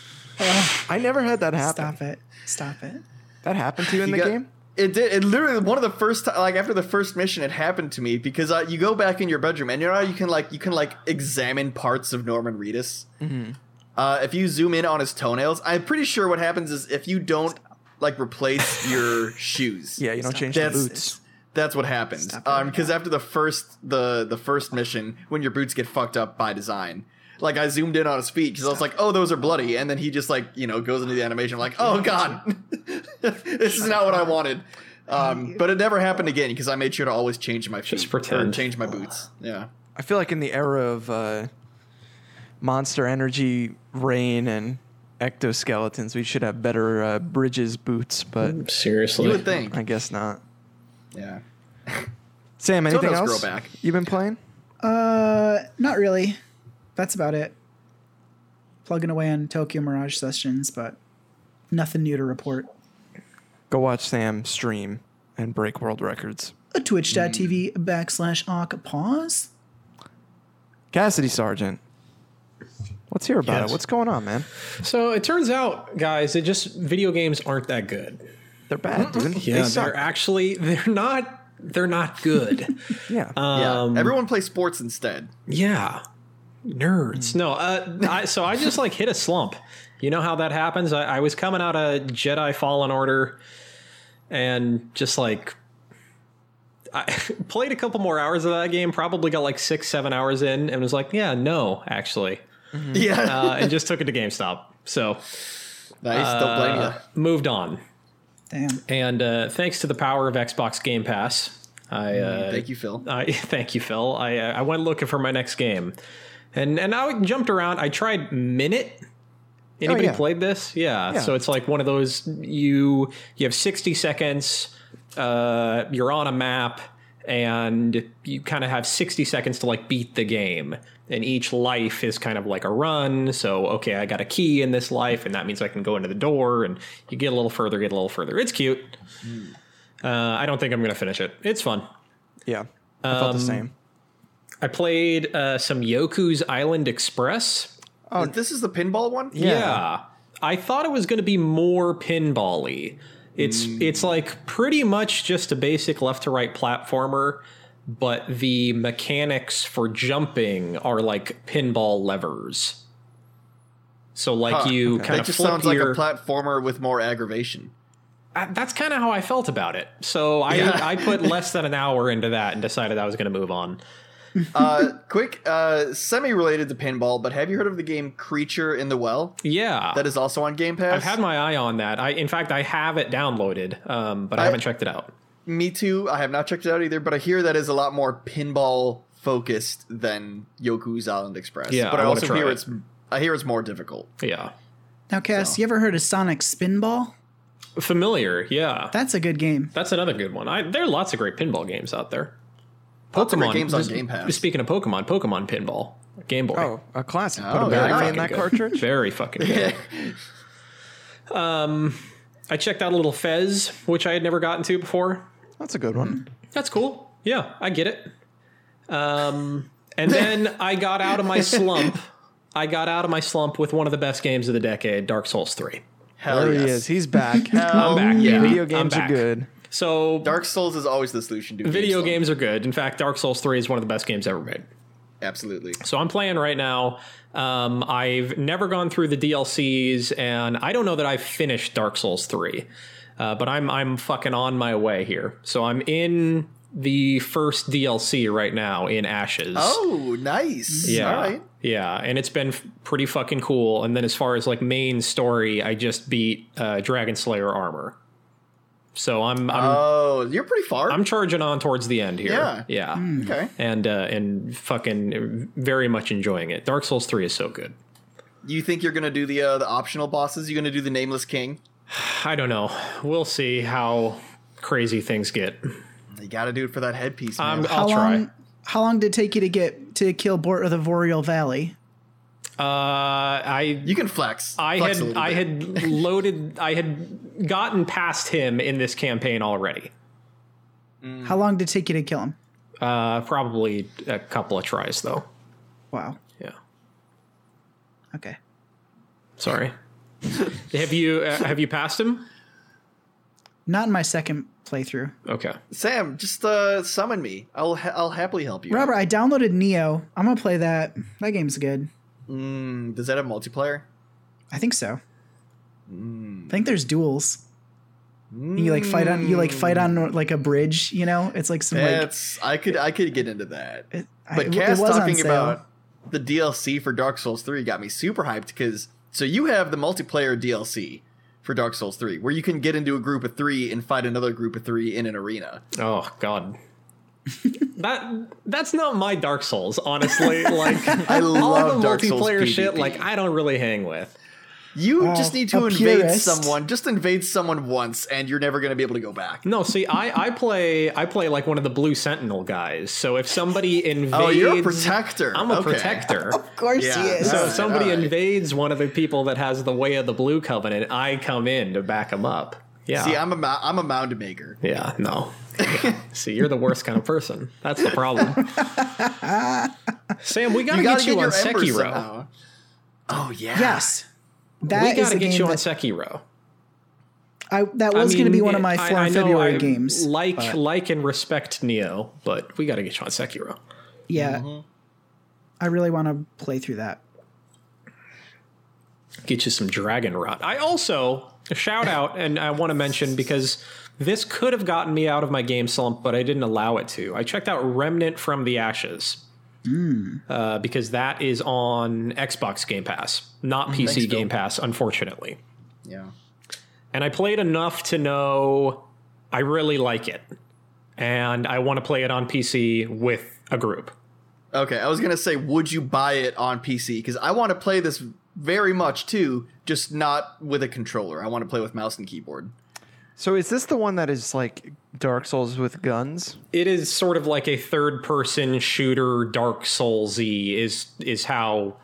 [SPEAKER 1] I never had that happen.
[SPEAKER 3] Stop Oh, it! Stop it!
[SPEAKER 1] That happened to you in
[SPEAKER 4] You
[SPEAKER 1] the
[SPEAKER 4] got-
[SPEAKER 1] game?
[SPEAKER 4] It did. It literally one of the first time, like after the first mission, it happened to me because uh, you go back in your bedroom and you know how you can like you can like examine parts of Norman Reedus.
[SPEAKER 1] Mm-hmm.
[SPEAKER 4] Uh, if you zoom in on his toenails, I'm pretty sure what happens is if you don't like replace your shoes,
[SPEAKER 1] Yeah, you don't change the
[SPEAKER 4] That's-
[SPEAKER 1] boots.
[SPEAKER 4] that's what happens.
[SPEAKER 3] Stop it
[SPEAKER 4] Um,
[SPEAKER 3] right
[SPEAKER 4] because after the first the the first mission, when your boots get fucked up by design, Like I zoomed in on his feet because I was like, "Oh, those are bloody," and then he just like you know goes into the animation. I'm like, "Oh God, this is not what I wanted." Um, but it never happened again because I made sure to always change my feet
[SPEAKER 2] Just
[SPEAKER 4] or
[SPEAKER 2] pretend.
[SPEAKER 4] change my boots. Yeah.
[SPEAKER 1] I feel like in the era of uh, Monster Energy Rain and ectoskeletons, we should have better uh, Bridges boots, but
[SPEAKER 2] Seriously.
[SPEAKER 4] You would think.
[SPEAKER 1] I guess not.
[SPEAKER 4] Yeah.
[SPEAKER 1] Sam, anything
[SPEAKER 4] Toenails
[SPEAKER 1] else
[SPEAKER 4] grow back.
[SPEAKER 1] you've been playing?
[SPEAKER 3] Uh, not really. That's about it. Plugging away on Tokyo Mirage sessions, but nothing new to report.
[SPEAKER 1] Go watch Sam stream and break world records.
[SPEAKER 3] Twitch.tv backslash awk pause.
[SPEAKER 1] Cassidy Sargent, let's hear about
[SPEAKER 2] Yes.
[SPEAKER 1] it. What's going on, man?
[SPEAKER 2] So it turns out, guys, it just video games aren't that good.
[SPEAKER 1] They're bad, dude.
[SPEAKER 2] they
[SPEAKER 1] they suck.
[SPEAKER 2] are actually they're not they're not good.
[SPEAKER 1] Yeah.
[SPEAKER 4] Yeah.
[SPEAKER 2] Um,
[SPEAKER 4] Everyone plays sports instead.
[SPEAKER 2] Yeah. Nerds. No, uh, I, so I just like hit a slump. You know how that happens? I, I was coming out of Jedi Fallen Order and just like I played a couple more hours of that game, probably got like six, seven hours in, and was like, yeah, no, actually.
[SPEAKER 4] Yeah.
[SPEAKER 2] Uh, and just took it to GameStop. So
[SPEAKER 4] nice. Don't blame
[SPEAKER 2] uh,
[SPEAKER 4] you.
[SPEAKER 2] moved on.
[SPEAKER 3] Damn.
[SPEAKER 2] And uh, thanks to the power of Xbox Game Pass, I uh,
[SPEAKER 4] Thank you, Phil.
[SPEAKER 2] I thank you, Phil. I uh, I went looking for my next game, and and I jumped around. I tried Minute. Anybody
[SPEAKER 1] yeah.
[SPEAKER 2] played this? Yeah.
[SPEAKER 1] Yeah.
[SPEAKER 2] So it's like one of those you you have sixty seconds. Uh, you're on a map, and you kind of have sixty seconds to like beat the game. And each life is kind of like a run. So okay, I got a key in this life, and that means I can go into the door. And you get a little further, get a little further. It's cute. Uh, I don't think I'm gonna finish it. It's fun.
[SPEAKER 1] yeah. I felt the
[SPEAKER 2] Um,
[SPEAKER 1] same.
[SPEAKER 2] I played uh, some Yoku's Island Express.
[SPEAKER 4] Oh, this is the pinball one.
[SPEAKER 1] Yeah.
[SPEAKER 2] I thought it was going to be more pinball-y. It's
[SPEAKER 4] Mm.
[SPEAKER 2] it's like pretty much just a basic left to right platformer, but the mechanics for jumping are like pinball levers. So like
[SPEAKER 4] Huh,
[SPEAKER 2] you kind
[SPEAKER 4] That
[SPEAKER 2] of
[SPEAKER 4] just
[SPEAKER 2] flip
[SPEAKER 4] sounds like
[SPEAKER 2] your
[SPEAKER 4] a platformer with more aggravation.
[SPEAKER 2] I- that's kind of how I felt about it. So I
[SPEAKER 4] Yeah.
[SPEAKER 2] I put less than an hour into that and decided I was going to move on.
[SPEAKER 4] uh, quick, uh, semi-related to pinball, but have you heard of the game Creature in the Well?
[SPEAKER 2] Yeah.
[SPEAKER 4] That is also on Game Pass.
[SPEAKER 2] I've had my eye on that. I, in fact, I have it downloaded, um, but I,
[SPEAKER 4] I-
[SPEAKER 2] haven't checked it out.
[SPEAKER 4] Me too. I have not checked it out either, but I hear that is a lot more pinball focused than Yoku's Island Express.
[SPEAKER 2] Yeah,
[SPEAKER 4] but
[SPEAKER 2] I
[SPEAKER 4] I,
[SPEAKER 2] wanna
[SPEAKER 4] also
[SPEAKER 2] try
[SPEAKER 4] hear
[SPEAKER 2] it.
[SPEAKER 4] it's I hear it's more difficult.
[SPEAKER 2] Yeah,
[SPEAKER 3] Now, Cass, you ever heard of Sonic Spinball?
[SPEAKER 2] familiar. Yeah,
[SPEAKER 3] That's a good game.
[SPEAKER 2] that's another good one. I, there are lots of great pinball games out there.
[SPEAKER 4] Lots of great
[SPEAKER 2] Pokemon
[SPEAKER 4] games on
[SPEAKER 2] this-
[SPEAKER 4] Game Pass.
[SPEAKER 2] Speaking of Pokemon, Pokemon Pinball, Game Boy.
[SPEAKER 1] Oh, a classic. Put
[SPEAKER 4] Oh,
[SPEAKER 1] a
[SPEAKER 4] yeah.
[SPEAKER 1] battery
[SPEAKER 2] Very
[SPEAKER 1] in
[SPEAKER 2] fucking
[SPEAKER 1] that
[SPEAKER 2] good.
[SPEAKER 1] cartridge.
[SPEAKER 2] Very fucking good. um, I checked out a little Fez, which I had never gotten to before.
[SPEAKER 1] That's a good one.
[SPEAKER 2] That's cool. Yeah, I get it. Um, and then I got out of my slump. I got out of my slump with one of the best games of the decade, Dark Souls Three.
[SPEAKER 4] Hell
[SPEAKER 1] There
[SPEAKER 4] yes.
[SPEAKER 1] he is. He's back.
[SPEAKER 2] I'm
[SPEAKER 4] Hell
[SPEAKER 2] back,
[SPEAKER 4] yeah.
[SPEAKER 2] baby.
[SPEAKER 1] Video
[SPEAKER 2] I'm
[SPEAKER 1] games are
[SPEAKER 2] back.
[SPEAKER 1] good.
[SPEAKER 2] So
[SPEAKER 4] Dark Souls is always the solution to
[SPEAKER 2] video games
[SPEAKER 4] games.
[SPEAKER 2] are good. In fact, Dark Souls 3 is one of the best games ever made.
[SPEAKER 4] though. Absolutely.
[SPEAKER 2] So I'm playing right now. Um, I've never gone through the DLCs, and I don't know that I've finished Dark Souls 3, uh, but I'm I'm fucking on my way here. So I'm in the first DLC right now in Ashes.
[SPEAKER 4] Oh, nice.
[SPEAKER 2] Yeah.
[SPEAKER 4] All right.
[SPEAKER 2] Yeah, and it's been f- pretty fucking cool. And then as far as like main story, I just beat uh, Dragon Slayer armor. So I'm I'm
[SPEAKER 4] Oh, you're pretty far.
[SPEAKER 2] I'm charging on towards the end here.
[SPEAKER 4] Yeah.
[SPEAKER 2] Yeah.
[SPEAKER 4] okay.
[SPEAKER 2] And uh, and fucking very much enjoying it. Dark Souls 3 is so good.
[SPEAKER 4] You think you're gonna do the uh, the optional bosses? You gonna do the Nameless King?
[SPEAKER 2] I don't know. We'll see how crazy things get.
[SPEAKER 4] You gotta do it for that headpiece, man.
[SPEAKER 2] I'm,
[SPEAKER 3] How
[SPEAKER 2] I'll Uh,
[SPEAKER 3] long? How long did it take you to get to kill Bort of the Boreal Valley?
[SPEAKER 2] try. Uh, I
[SPEAKER 4] you can flex.
[SPEAKER 2] I
[SPEAKER 4] Flex a
[SPEAKER 2] had
[SPEAKER 4] little
[SPEAKER 2] I
[SPEAKER 4] bit.
[SPEAKER 2] had loaded I had gotten past him in this campaign already.
[SPEAKER 3] How long did it take you to kill him?
[SPEAKER 2] Uh, probably a couple of tries though.
[SPEAKER 3] Wow.
[SPEAKER 2] Yeah.
[SPEAKER 3] Okay.
[SPEAKER 2] Sorry. have you uh, have you passed him?
[SPEAKER 3] Not in my second playthrough.
[SPEAKER 2] Okay.
[SPEAKER 4] Sam, just uh, summon me. I'll ha- I'll happily help you.
[SPEAKER 3] Robert, I downloaded Neo. I'm gonna play that. That game's good.
[SPEAKER 4] Mm, does that have multiplayer?
[SPEAKER 3] I think so.
[SPEAKER 2] Hmm.
[SPEAKER 3] I think there's duels. You like fight on you like fight
[SPEAKER 2] Hmm.
[SPEAKER 3] on like a bridge. You know, it's like some like
[SPEAKER 4] That's I could I could get into that.
[SPEAKER 3] it, I-
[SPEAKER 4] But
[SPEAKER 3] it- it
[SPEAKER 4] Cass
[SPEAKER 3] was on
[SPEAKER 4] talking
[SPEAKER 3] sale.
[SPEAKER 4] about the DLC for Dark Souls 3 got me super hyped because so you have the multiplayer DLC for Dark Souls 3 where you can get into a group of 3 and fight another group of 3 in an arena.
[SPEAKER 2] Oh God. that that's not my Dark Souls, honestly. Like
[SPEAKER 4] I
[SPEAKER 2] all
[SPEAKER 4] love
[SPEAKER 2] the
[SPEAKER 4] Dark Souls
[SPEAKER 2] multiplayer shit,
[SPEAKER 4] PvP.
[SPEAKER 2] like I don't really hang with.
[SPEAKER 4] You
[SPEAKER 3] Oh,
[SPEAKER 4] just need to
[SPEAKER 3] a
[SPEAKER 4] invade
[SPEAKER 3] purist.
[SPEAKER 4] someone. Just invade someone once, and you're never going to be able to go back.
[SPEAKER 2] No, see, I, I play I play like one of the Blue Sentinel guys. So if somebody invades,
[SPEAKER 4] Oh, you're a protector.
[SPEAKER 2] I'm a
[SPEAKER 4] Okay.
[SPEAKER 2] protector.
[SPEAKER 3] Of course
[SPEAKER 4] Yeah,
[SPEAKER 3] he is.
[SPEAKER 2] So
[SPEAKER 4] Alright,
[SPEAKER 2] if somebody
[SPEAKER 4] alright.
[SPEAKER 2] invades one of the people that has the way of the Blue Covenant, I come in to back them up. Yeah.
[SPEAKER 4] See, I'm a mou- I'm a mound maker.
[SPEAKER 2] yeah. No. Yeah. see, you're the worst kind of person. That's the problem. Sam, we gotta,
[SPEAKER 4] You got
[SPEAKER 2] get
[SPEAKER 4] to
[SPEAKER 2] you
[SPEAKER 4] get
[SPEAKER 2] on
[SPEAKER 4] your embers
[SPEAKER 2] Sekiro.
[SPEAKER 4] somehow. Oh yeah.
[SPEAKER 3] yes.
[SPEAKER 2] We
[SPEAKER 3] That is
[SPEAKER 2] gotta
[SPEAKER 3] the
[SPEAKER 2] get
[SPEAKER 3] game
[SPEAKER 2] you on
[SPEAKER 3] that,
[SPEAKER 2] Sekiro.
[SPEAKER 3] I, that was going to be one of my four February games.
[SPEAKER 2] Like,
[SPEAKER 3] but-
[SPEAKER 2] like, and respect Neo, but we got to get you on Sekiro.
[SPEAKER 3] yeah.
[SPEAKER 2] Mm-hmm.
[SPEAKER 3] I really want to play through that.
[SPEAKER 2] Get you some Dragon Rot. I also a shout out, and I want to mention because this could have gotten me out of my game slump, but I didn't allow it to. I checked out Remnant from the Ashes
[SPEAKER 3] Hmm.
[SPEAKER 2] uh, because that is on Xbox Game Pass, not
[SPEAKER 3] Hmm,
[SPEAKER 2] PC
[SPEAKER 4] thanks, Phil.
[SPEAKER 2] Game Pass, unfortunately.
[SPEAKER 4] Yeah.
[SPEAKER 2] and I played enough to know I really like it, and I want to play it on PC with a group.
[SPEAKER 4] Okay, I was gonna say, would you buy it on PC? Because I want to play this very much too, just not with a controller. I want to play with mouse and keyboard.
[SPEAKER 1] So is this the one that is like Dark Souls with guns?
[SPEAKER 2] It is sort of like a third-person shooter, Dark Soulsy is is how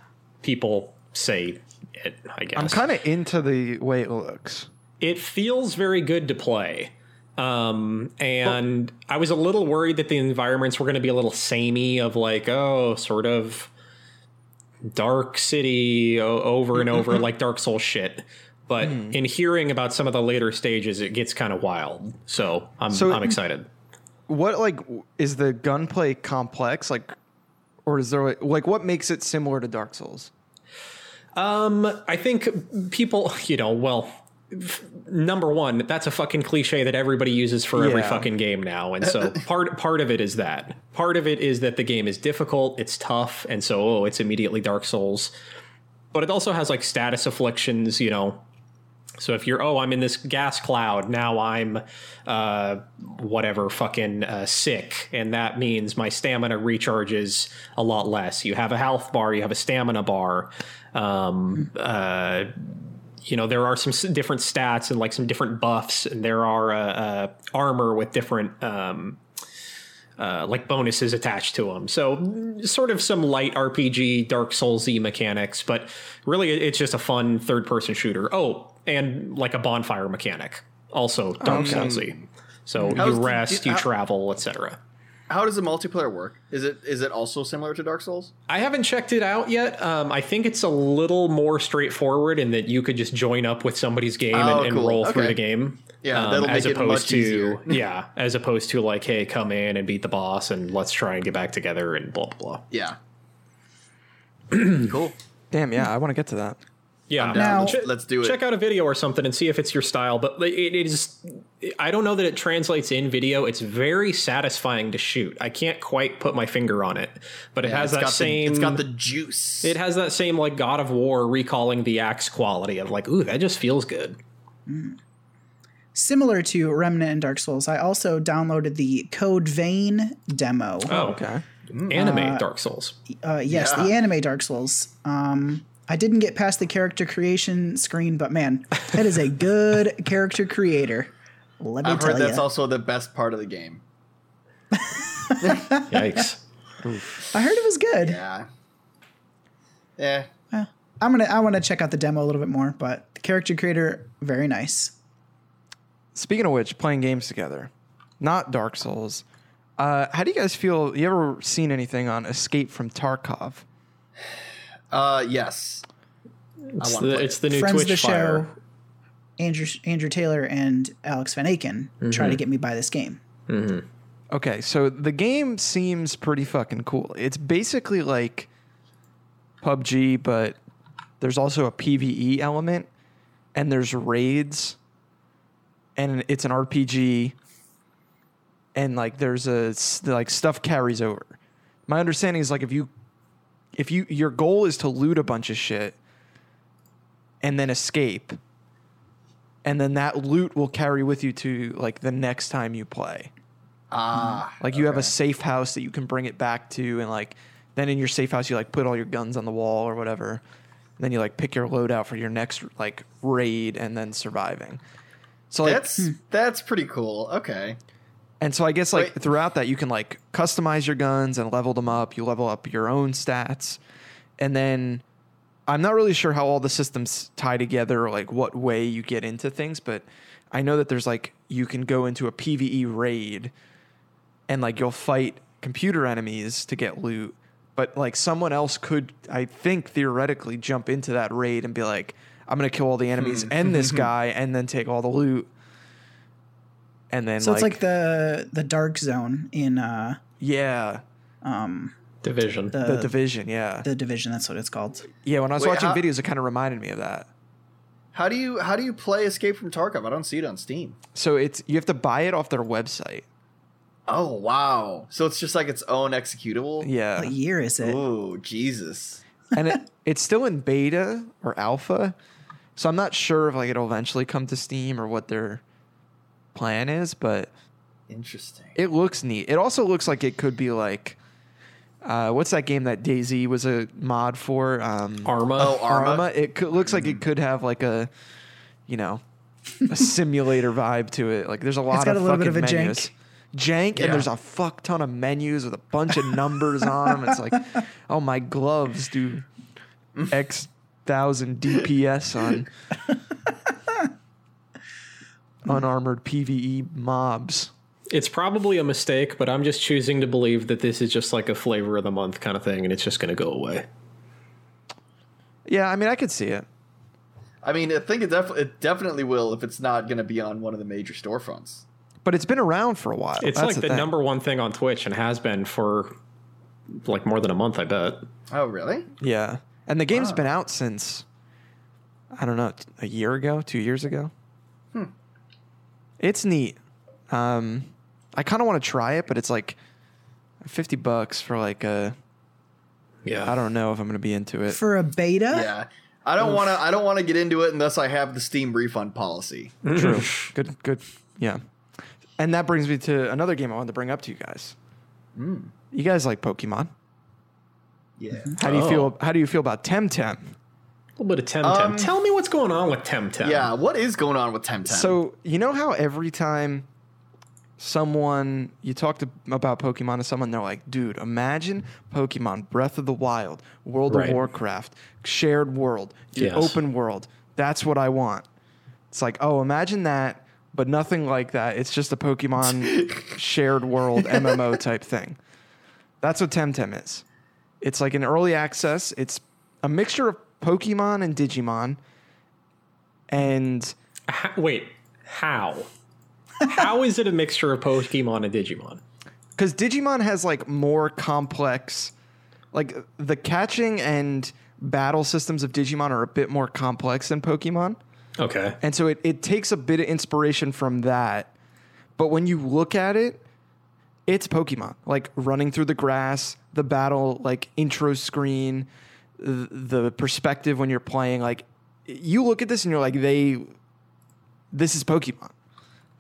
[SPEAKER 2] people say it. I guess
[SPEAKER 1] I'm kind of into the way it looks.
[SPEAKER 2] it feels very good to play. Um, and I was a little worried that the environments were going to be a little samey of like, oh, sort of dark city o- over and over, like Dark Souls shit. But
[SPEAKER 1] Hmm.
[SPEAKER 2] in hearing about some of the later stages, it gets kind of wild. So I'm,
[SPEAKER 1] So-
[SPEAKER 2] I'm excited.
[SPEAKER 1] What like w- is the gunplay complex like, or is there like what makes it similar to Dark Souls?
[SPEAKER 2] Um, I think people, you know, well, f- number one, that's a fucking cliche that everybody uses for every
[SPEAKER 1] Yeah.
[SPEAKER 2] fucking game now, and so part part of it is that part of it is that the game is difficult, it's tough, and so oh, it's immediately Dark Souls, but it also has like status afflictions, you know. So if you're oh I'm in this gas cloud now I'm uh, whatever fucking uh, sick and that means my stamina recharges a lot less. You have a health bar, you have a stamina bar. Um, uh, you know there are some s- different stats and like some different buffs and there are uh, uh, armor with different um, uh, like bonuses attached to them so mm, sort of some light rpg dark soulsy mechanics but really it- it's just a fun third person shooter oh and like a bonfire mechanic also dark soulsy so
[SPEAKER 4] How's
[SPEAKER 2] you
[SPEAKER 4] the-
[SPEAKER 2] rest you
[SPEAKER 4] how-
[SPEAKER 2] travel etc
[SPEAKER 4] How does the multiplayer work? Is it is it also similar to Dark Souls?
[SPEAKER 2] I haven't checked it out yet. Um, I think it's a little more straightforward in that you could just join up with somebody's game
[SPEAKER 4] Oh,
[SPEAKER 2] and, and
[SPEAKER 4] cool.
[SPEAKER 2] roll through
[SPEAKER 4] Okay.
[SPEAKER 2] the game. Um,
[SPEAKER 4] Yeah, that'll
[SPEAKER 2] as
[SPEAKER 4] make it
[SPEAKER 2] opposed
[SPEAKER 4] much
[SPEAKER 2] to
[SPEAKER 4] easier.
[SPEAKER 2] yeah, as opposed to like, hey, come in and beat the boss and let's try and get back together and blah blah blah.
[SPEAKER 4] Yeah. cool.
[SPEAKER 1] Damn, yeah, I want to get to that.
[SPEAKER 2] Yeah,
[SPEAKER 4] down.
[SPEAKER 3] Now-
[SPEAKER 2] Um, Che-
[SPEAKER 4] Let's do it.
[SPEAKER 2] Check out a video or something and see if it's your style. But like, it, it is. I don't know that it translates in video. It's very satisfying to shoot. I can't quite put my finger on it, but it
[SPEAKER 4] Yeah,
[SPEAKER 2] has
[SPEAKER 4] it's
[SPEAKER 2] that
[SPEAKER 4] got the-
[SPEAKER 2] same.
[SPEAKER 4] it's got the juice.
[SPEAKER 2] It has that same like God of War recalling the axe quality of like, ooh, that just feels good.
[SPEAKER 3] Similar to Remnant and Dark Souls, I also downloaded the Code Vein demo.
[SPEAKER 2] Oh,
[SPEAKER 1] Okay.
[SPEAKER 2] Anime Dark Souls.
[SPEAKER 3] Uh, yes,
[SPEAKER 4] Yeah.
[SPEAKER 3] the anime Dark Souls. Um, I didn't get past the character creation screen, but man, that is a good character creator. Let me
[SPEAKER 4] I've
[SPEAKER 3] tell
[SPEAKER 4] heard that's
[SPEAKER 3] ya.
[SPEAKER 4] also the best part of the game.
[SPEAKER 2] Yikes.
[SPEAKER 3] I heard it was good.
[SPEAKER 4] Yeah. Eh. Yeah.
[SPEAKER 3] I'm gonna I want to check out the demo a little bit more, but the character creator very nice.
[SPEAKER 1] Speaking of which, playing games together, not Dark Souls. Uh, how do you guys feel? You ever seen anything on Escape from Tarkov?
[SPEAKER 4] Uh yes.
[SPEAKER 2] It's
[SPEAKER 4] wanna
[SPEAKER 2] the,
[SPEAKER 4] play
[SPEAKER 2] it's the new
[SPEAKER 3] Friends of
[SPEAKER 2] Twitch
[SPEAKER 3] the
[SPEAKER 2] fire.
[SPEAKER 3] show, Andrew Andrew Taylor and Alex Van Aken try
[SPEAKER 4] Mm-hmm.
[SPEAKER 3] to get me by this game.
[SPEAKER 1] Okay, so the game seems pretty fucking cool. It's basically like PUBG, but there's also a PvE element, and there's raids, and it's an RPG, and like there's a s- like stuff carries over. My understanding is like if you if you your goal is to loot a bunch of shit and then escape and then that loot will carry with you to like the next time you play
[SPEAKER 4] Ah,
[SPEAKER 1] like you have a safe house that you can bring it back to and like then in your safe house you like put all your guns on the wall or whatever and then you like pick your loadout for your next like raid and then surviving so like
[SPEAKER 4] that's that's pretty cool. Okay,
[SPEAKER 1] and so I guess like
[SPEAKER 4] Wait.
[SPEAKER 1] throughout that you can like customize your guns and level them up. You level up your own stats, and then I'm not really sure how all the systems tie together or like what way you get into things, but I know that there's like you can go into a PVE raid, and like you'll fight computer enemies to get loot. But like someone else could, I think theoretically, jump into that raid and be like, "I'm gonna kill all the
[SPEAKER 3] Hmm.
[SPEAKER 1] enemies and this guy, and then take all the loot." And then
[SPEAKER 3] So it's like the the dark zone in uh
[SPEAKER 1] yeah,
[SPEAKER 2] Division.
[SPEAKER 1] the division. Yeah,
[SPEAKER 3] the division. That's what it's called.
[SPEAKER 1] yeah. When I was
[SPEAKER 4] Wait,
[SPEAKER 1] watching
[SPEAKER 4] how-
[SPEAKER 1] videos, it kind of reminded me of that.
[SPEAKER 4] how do you how do you play Escape from Tarkov? I don't see it on Steam.
[SPEAKER 1] So it's you have to buy it off their website.
[SPEAKER 4] Oh wow! So it's just like its own executable.
[SPEAKER 1] Yeah,
[SPEAKER 3] What year is it?
[SPEAKER 4] Ooh, Jesus.
[SPEAKER 1] and it, it's still in beta or alpha. So I'm not sure if like it'll eventually come to Steam or what their plan is, but
[SPEAKER 4] Interesting.
[SPEAKER 1] it looks neat. It also looks like it could be like, uh, what's that game that Daisy was a mod for? Um,
[SPEAKER 2] Arma. Mm-hmm.
[SPEAKER 4] Oh, Arma.
[SPEAKER 1] It could, looks like it could have like a, you know, a simulator vibe to it. Like there's a lot
[SPEAKER 3] got
[SPEAKER 1] of
[SPEAKER 3] a little
[SPEAKER 1] fucking
[SPEAKER 3] bit of a jank.
[SPEAKER 1] menus. Jank,
[SPEAKER 4] Yeah.
[SPEAKER 1] and there's a fuck ton of menus with a bunch of numbers on them. It's like, oh my gloves do X thousand DPS on unarmored PVE mobs.
[SPEAKER 2] It's probably a mistake, but I'm just choosing to believe that this is just like a flavor of the month kind of thing, and it's just going to go away.
[SPEAKER 1] Yeah, I mean I could see it.
[SPEAKER 4] I mean, I think it, def- it definitely will if it's not going to be on one of the major storefronts.
[SPEAKER 1] But it's been around for a while.
[SPEAKER 2] It's
[SPEAKER 1] That's
[SPEAKER 2] like the
[SPEAKER 1] thing.
[SPEAKER 2] number one thing on Twitch and has been for like more than a month, I bet.
[SPEAKER 4] Oh, really?
[SPEAKER 1] Yeah. And the game's been out since I don't know, t- a year ago, 2 years ago. It's neat. Um I kind of want to try it, but it's like 50 bucks for like a
[SPEAKER 2] Yeah.
[SPEAKER 1] I don't know if I'm going to be into it.
[SPEAKER 3] For a beta?
[SPEAKER 4] Yeah. I don't want to. I don't want to get into it unless I have the Steam refund policy.
[SPEAKER 1] True. good good. Yeah. And that brings me to another game I wanted to bring up to you guys. You guys like Pokemon?
[SPEAKER 4] Yeah.
[SPEAKER 1] How do you
[SPEAKER 2] Oh.
[SPEAKER 1] feel how do you feel about Temtem?
[SPEAKER 2] A little bit of Temtem.
[SPEAKER 4] Um,
[SPEAKER 2] Tell me what's going on with Temtem.
[SPEAKER 4] Yeah. What is going on with Temtem?
[SPEAKER 1] So you know how every time someone you talk to about Pokemon to someone, they're like, "Dude, imagine Pokemon Breath of the Wild, World
[SPEAKER 2] Right.
[SPEAKER 1] of Warcraft, shared world,
[SPEAKER 2] Yes.
[SPEAKER 1] open world. That's what I want." It's like, oh, imagine that, but nothing like that. It's just a Pokemon shared world MMO type thing. That's what Temtem is. It's like an early access. It's a mixture of Pokemon and Digimon, and
[SPEAKER 2] Ha- wait, how? how is it a mixture of Pokemon and Digimon?
[SPEAKER 1] because Digimon has like more complex, like the catching and battle systems of Digimon are a bit more complex than Pokemon,
[SPEAKER 2] Okay.
[SPEAKER 1] and so it it takes a bit of inspiration from that. But when you look at it, it's Pokemon, like running through the grass, the battle like intro screen, th- the perspective when you're playing. Like you look at this and you're like, they, this is Pokemon,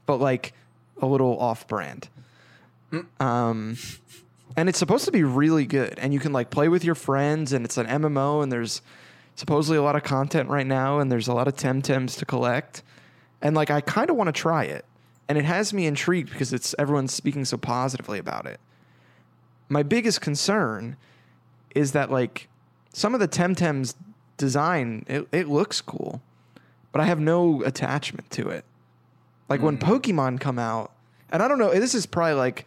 [SPEAKER 1] but like a little off brand. Um, and it's supposed to be really good, and you can like play with your friends, and it's an MMO, and there's supposedly a lot of content right now, and there's a lot of Temtems to collect, and like I kind of want to try it, and it has me intrigued because it's everyone's speaking so positively about it. My biggest concern is that like some of the Temtems design, it, it looks cool, but I have no attachment to it. Like when Pokemon come out, and I don't know, this is probably like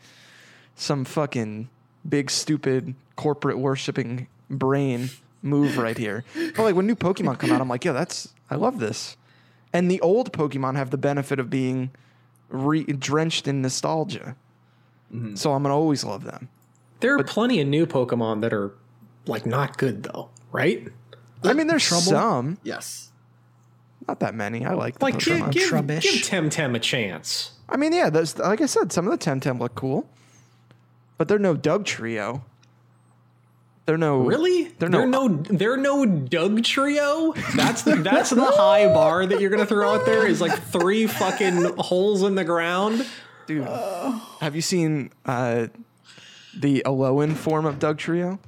[SPEAKER 1] some fucking big stupid corporate worshipping brain move right here. But like when new Pokemon come out, I'm like, yeah, that's I love this. And the old Pokemon have the benefit of being re- drenched in nostalgia.
[SPEAKER 2] Mm-hmm.
[SPEAKER 1] So I'm gonna always love them.
[SPEAKER 2] There are plenty of new Pokemon that are like not good though, right?
[SPEAKER 1] I mean, there's some,
[SPEAKER 4] yes.
[SPEAKER 1] not that many. I like the
[SPEAKER 2] Like give
[SPEAKER 1] Pokemon.
[SPEAKER 2] give,
[SPEAKER 3] Trubbish.
[SPEAKER 2] give Temtem a chance.
[SPEAKER 1] I mean, yeah, those, like I said, some of the Temtem look cool, but they're no Doug Trio. They're no
[SPEAKER 2] Really?
[SPEAKER 1] They're no.
[SPEAKER 2] They're no. They're no Doug trio. That's the that's the high bar that you're gonna throw out there. Is like three fucking holes in the ground.
[SPEAKER 1] dude. Have you seen uh, the Alolan form of Doug Trio?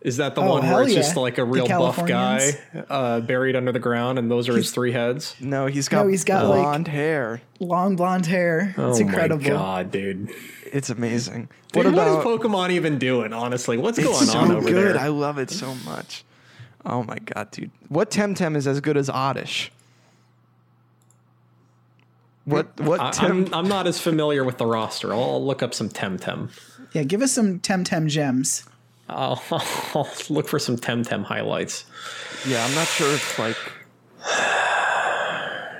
[SPEAKER 2] Is that the
[SPEAKER 3] Oh,
[SPEAKER 2] one
[SPEAKER 3] hell
[SPEAKER 2] where it's
[SPEAKER 3] yeah.
[SPEAKER 2] just like a
[SPEAKER 3] The
[SPEAKER 2] real buff guy
[SPEAKER 3] Californians.
[SPEAKER 2] uh, buried under the ground, and those are his three heads?
[SPEAKER 1] No, he's got
[SPEAKER 3] No, he's got, like-
[SPEAKER 1] blonde hair.
[SPEAKER 3] Long blonde hair.
[SPEAKER 4] Oh
[SPEAKER 3] it's incredible.
[SPEAKER 2] Oh my god, dude!
[SPEAKER 1] It's amazing.
[SPEAKER 2] Dude, what is Pokemon even doing? Honestly, what's going
[SPEAKER 1] It's
[SPEAKER 2] on
[SPEAKER 1] so
[SPEAKER 2] over
[SPEAKER 1] good.
[SPEAKER 2] there?
[SPEAKER 1] I love it so much. Oh my god, dude! What Temtem is as good as Oddish? What what
[SPEAKER 2] I,
[SPEAKER 1] Tem?
[SPEAKER 2] I'm I'm not as familiar with the roster. I'll, I'll look up some Temtem.
[SPEAKER 3] Yeah, give us some Temtem gems.
[SPEAKER 2] I'll, I'll look for some Temtem highlights.
[SPEAKER 1] yeah, I'm not sure if like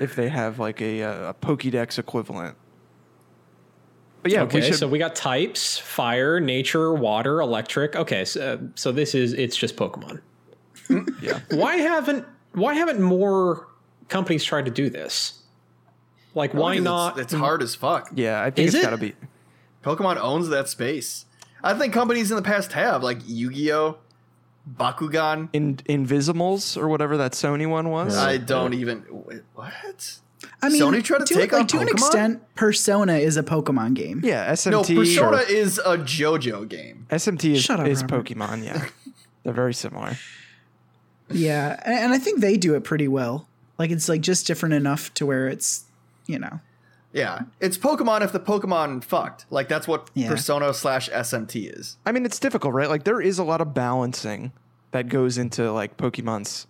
[SPEAKER 1] if they have like a, uh, a Pokédex equivalent. But yeah,
[SPEAKER 2] Okay,
[SPEAKER 1] we should.
[SPEAKER 2] so we got types: fire, nature, water, electric. Okay, so, uh, so this is it's just Pokemon.
[SPEAKER 1] yeah,
[SPEAKER 2] Why haven't Why haven't more companies tried to do this? Like, why
[SPEAKER 4] Because it's-
[SPEAKER 2] not?
[SPEAKER 4] It's, hard as fuck.
[SPEAKER 1] yeah. I think
[SPEAKER 2] Is
[SPEAKER 1] it's
[SPEAKER 2] it?
[SPEAKER 1] gotta be.
[SPEAKER 4] Pokemon owns that space. I think companies in the past have like Yu-Gi-Oh, Bakugan.
[SPEAKER 1] In, Invisimals or whatever that Sony one was.
[SPEAKER 4] I don't even wait, what?
[SPEAKER 3] I mean,
[SPEAKER 4] Sony tried to take
[SPEAKER 3] like,
[SPEAKER 4] on
[SPEAKER 3] to an
[SPEAKER 4] Pokemon?
[SPEAKER 3] extent, Persona is a Pokemon game.
[SPEAKER 1] yeah, SMT.
[SPEAKER 4] No, Persona is a JoJo game.
[SPEAKER 1] SMT is,
[SPEAKER 3] Shut up,
[SPEAKER 1] is
[SPEAKER 3] Robert.
[SPEAKER 1] Pokemon. Yeah, they're very similar.
[SPEAKER 3] Yeah, and, and I think they do it pretty well. Like it's like just different enough to where it's, you know,
[SPEAKER 4] Yeah, it's Pokemon if the Pokemon fucked. Like that's what
[SPEAKER 3] Yeah.
[SPEAKER 4] Persona slash SMT is.
[SPEAKER 1] I mean, it's difficult, right? Like there is a lot of balancing that goes into like Pokemon's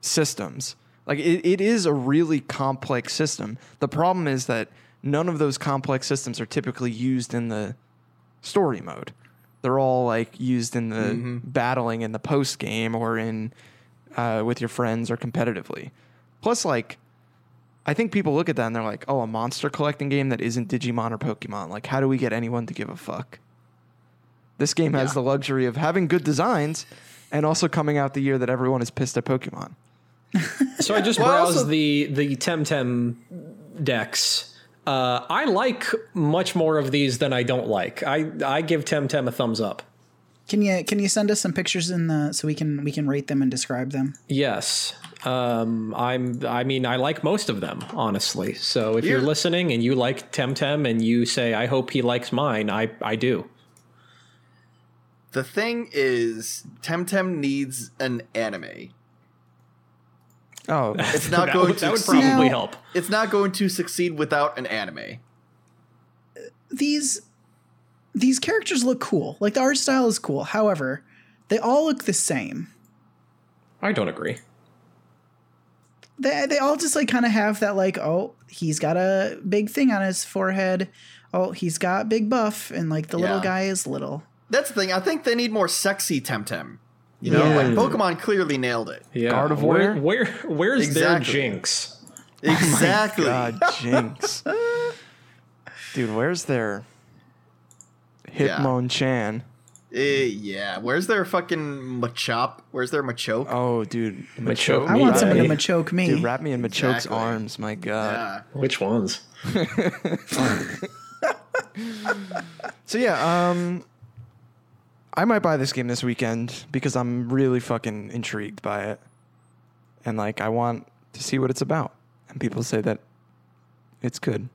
[SPEAKER 1] systems. Like it, it is a really complex system. The problem is that none of those complex systems are typically used in the story mode. They're all like used in the battling in the post game or in uh, with your friends or competitively. Plus, like I think people look at that and they're like, "Oh, a monster collecting game that isn't Digimon or Pokemon. Like, how do we get anyone to give a fuck?" This game has the luxury of having good designs and also coming out the year that everyone is pissed at Pokemon.
[SPEAKER 2] So I just
[SPEAKER 4] Well,
[SPEAKER 2] browsed
[SPEAKER 4] also-
[SPEAKER 2] the the Temtem decks. Uh, I like much more of these than I don't like. I I give Temtem a thumbs up.
[SPEAKER 3] can you can you send us some pictures in the so we can we can rate them and describe them?
[SPEAKER 2] Yes. Um, I'm. I mean, I like most of them, honestly. So if you're
[SPEAKER 4] Here-
[SPEAKER 2] listening and you like Temtem and you say, "I hope he likes mine," I I do.
[SPEAKER 4] The thing is, Temtem needs an anime.
[SPEAKER 1] Oh,
[SPEAKER 4] It's not
[SPEAKER 2] that,
[SPEAKER 4] going
[SPEAKER 2] would,
[SPEAKER 4] to
[SPEAKER 2] that would
[SPEAKER 4] succeed-
[SPEAKER 2] probably
[SPEAKER 3] Now-
[SPEAKER 2] help.
[SPEAKER 4] It's not going to succeed without an anime.
[SPEAKER 3] These these characters look cool. Like the art style is cool. However, they all look the same.
[SPEAKER 2] I don't agree.
[SPEAKER 3] They they all just like kind of have that like oh he's got a big thing on his forehead. Oh he's got big buff and like the little
[SPEAKER 4] Yeah.
[SPEAKER 3] guy is little.
[SPEAKER 4] That's the thing. I think they need more sexy Temtem. You know,
[SPEAKER 3] Yeah.
[SPEAKER 4] like Pokemon clearly nailed it.
[SPEAKER 2] Yeah.
[SPEAKER 1] Gardevoir?
[SPEAKER 2] Where, where where's
[SPEAKER 4] Exactly.
[SPEAKER 2] their Jinx?
[SPEAKER 4] Exactly.
[SPEAKER 1] God, Jinx. Dude, where's their
[SPEAKER 4] Yeah.
[SPEAKER 1] Hitmonchan?
[SPEAKER 4] Eh, yeah. Where's their fucking Machop? Where's their Machoke?
[SPEAKER 1] Oh, dude,
[SPEAKER 2] Machoke.
[SPEAKER 3] I
[SPEAKER 2] Me,
[SPEAKER 3] want someone to
[SPEAKER 2] buddy.
[SPEAKER 3] machoke me.
[SPEAKER 1] Dude, wrap me in Machoke's
[SPEAKER 4] Exactly.
[SPEAKER 1] arms. My God.
[SPEAKER 4] Yeah.
[SPEAKER 2] Which ones?
[SPEAKER 1] So yeah, um, I might buy this game this weekend because I'm really fucking intrigued by it, and like I want to see what it's about. And people say that it's good,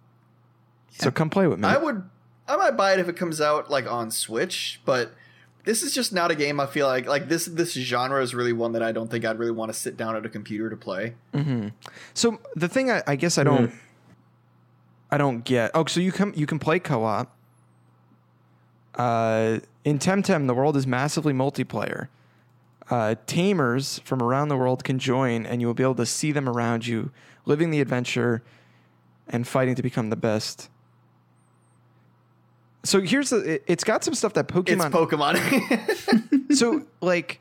[SPEAKER 1] so come play with me.
[SPEAKER 4] I would. I might buy it if it comes out like on Switch, but this is just not a game I feel like like this this genre is really one that I don't think I'd really want to sit down at a computer to play.
[SPEAKER 1] so the thing I, I guess I don't, I don't get. Oh, so you come you can play co-op. Uh, in Temtem, the world is massively multiplayer. Uh, tamers from around the world can join, and you will be able to see them around you, living the adventure and fighting to become the best. So here's the. It, it's got some stuff that Pokemon.
[SPEAKER 4] It's Pokemon.
[SPEAKER 1] so like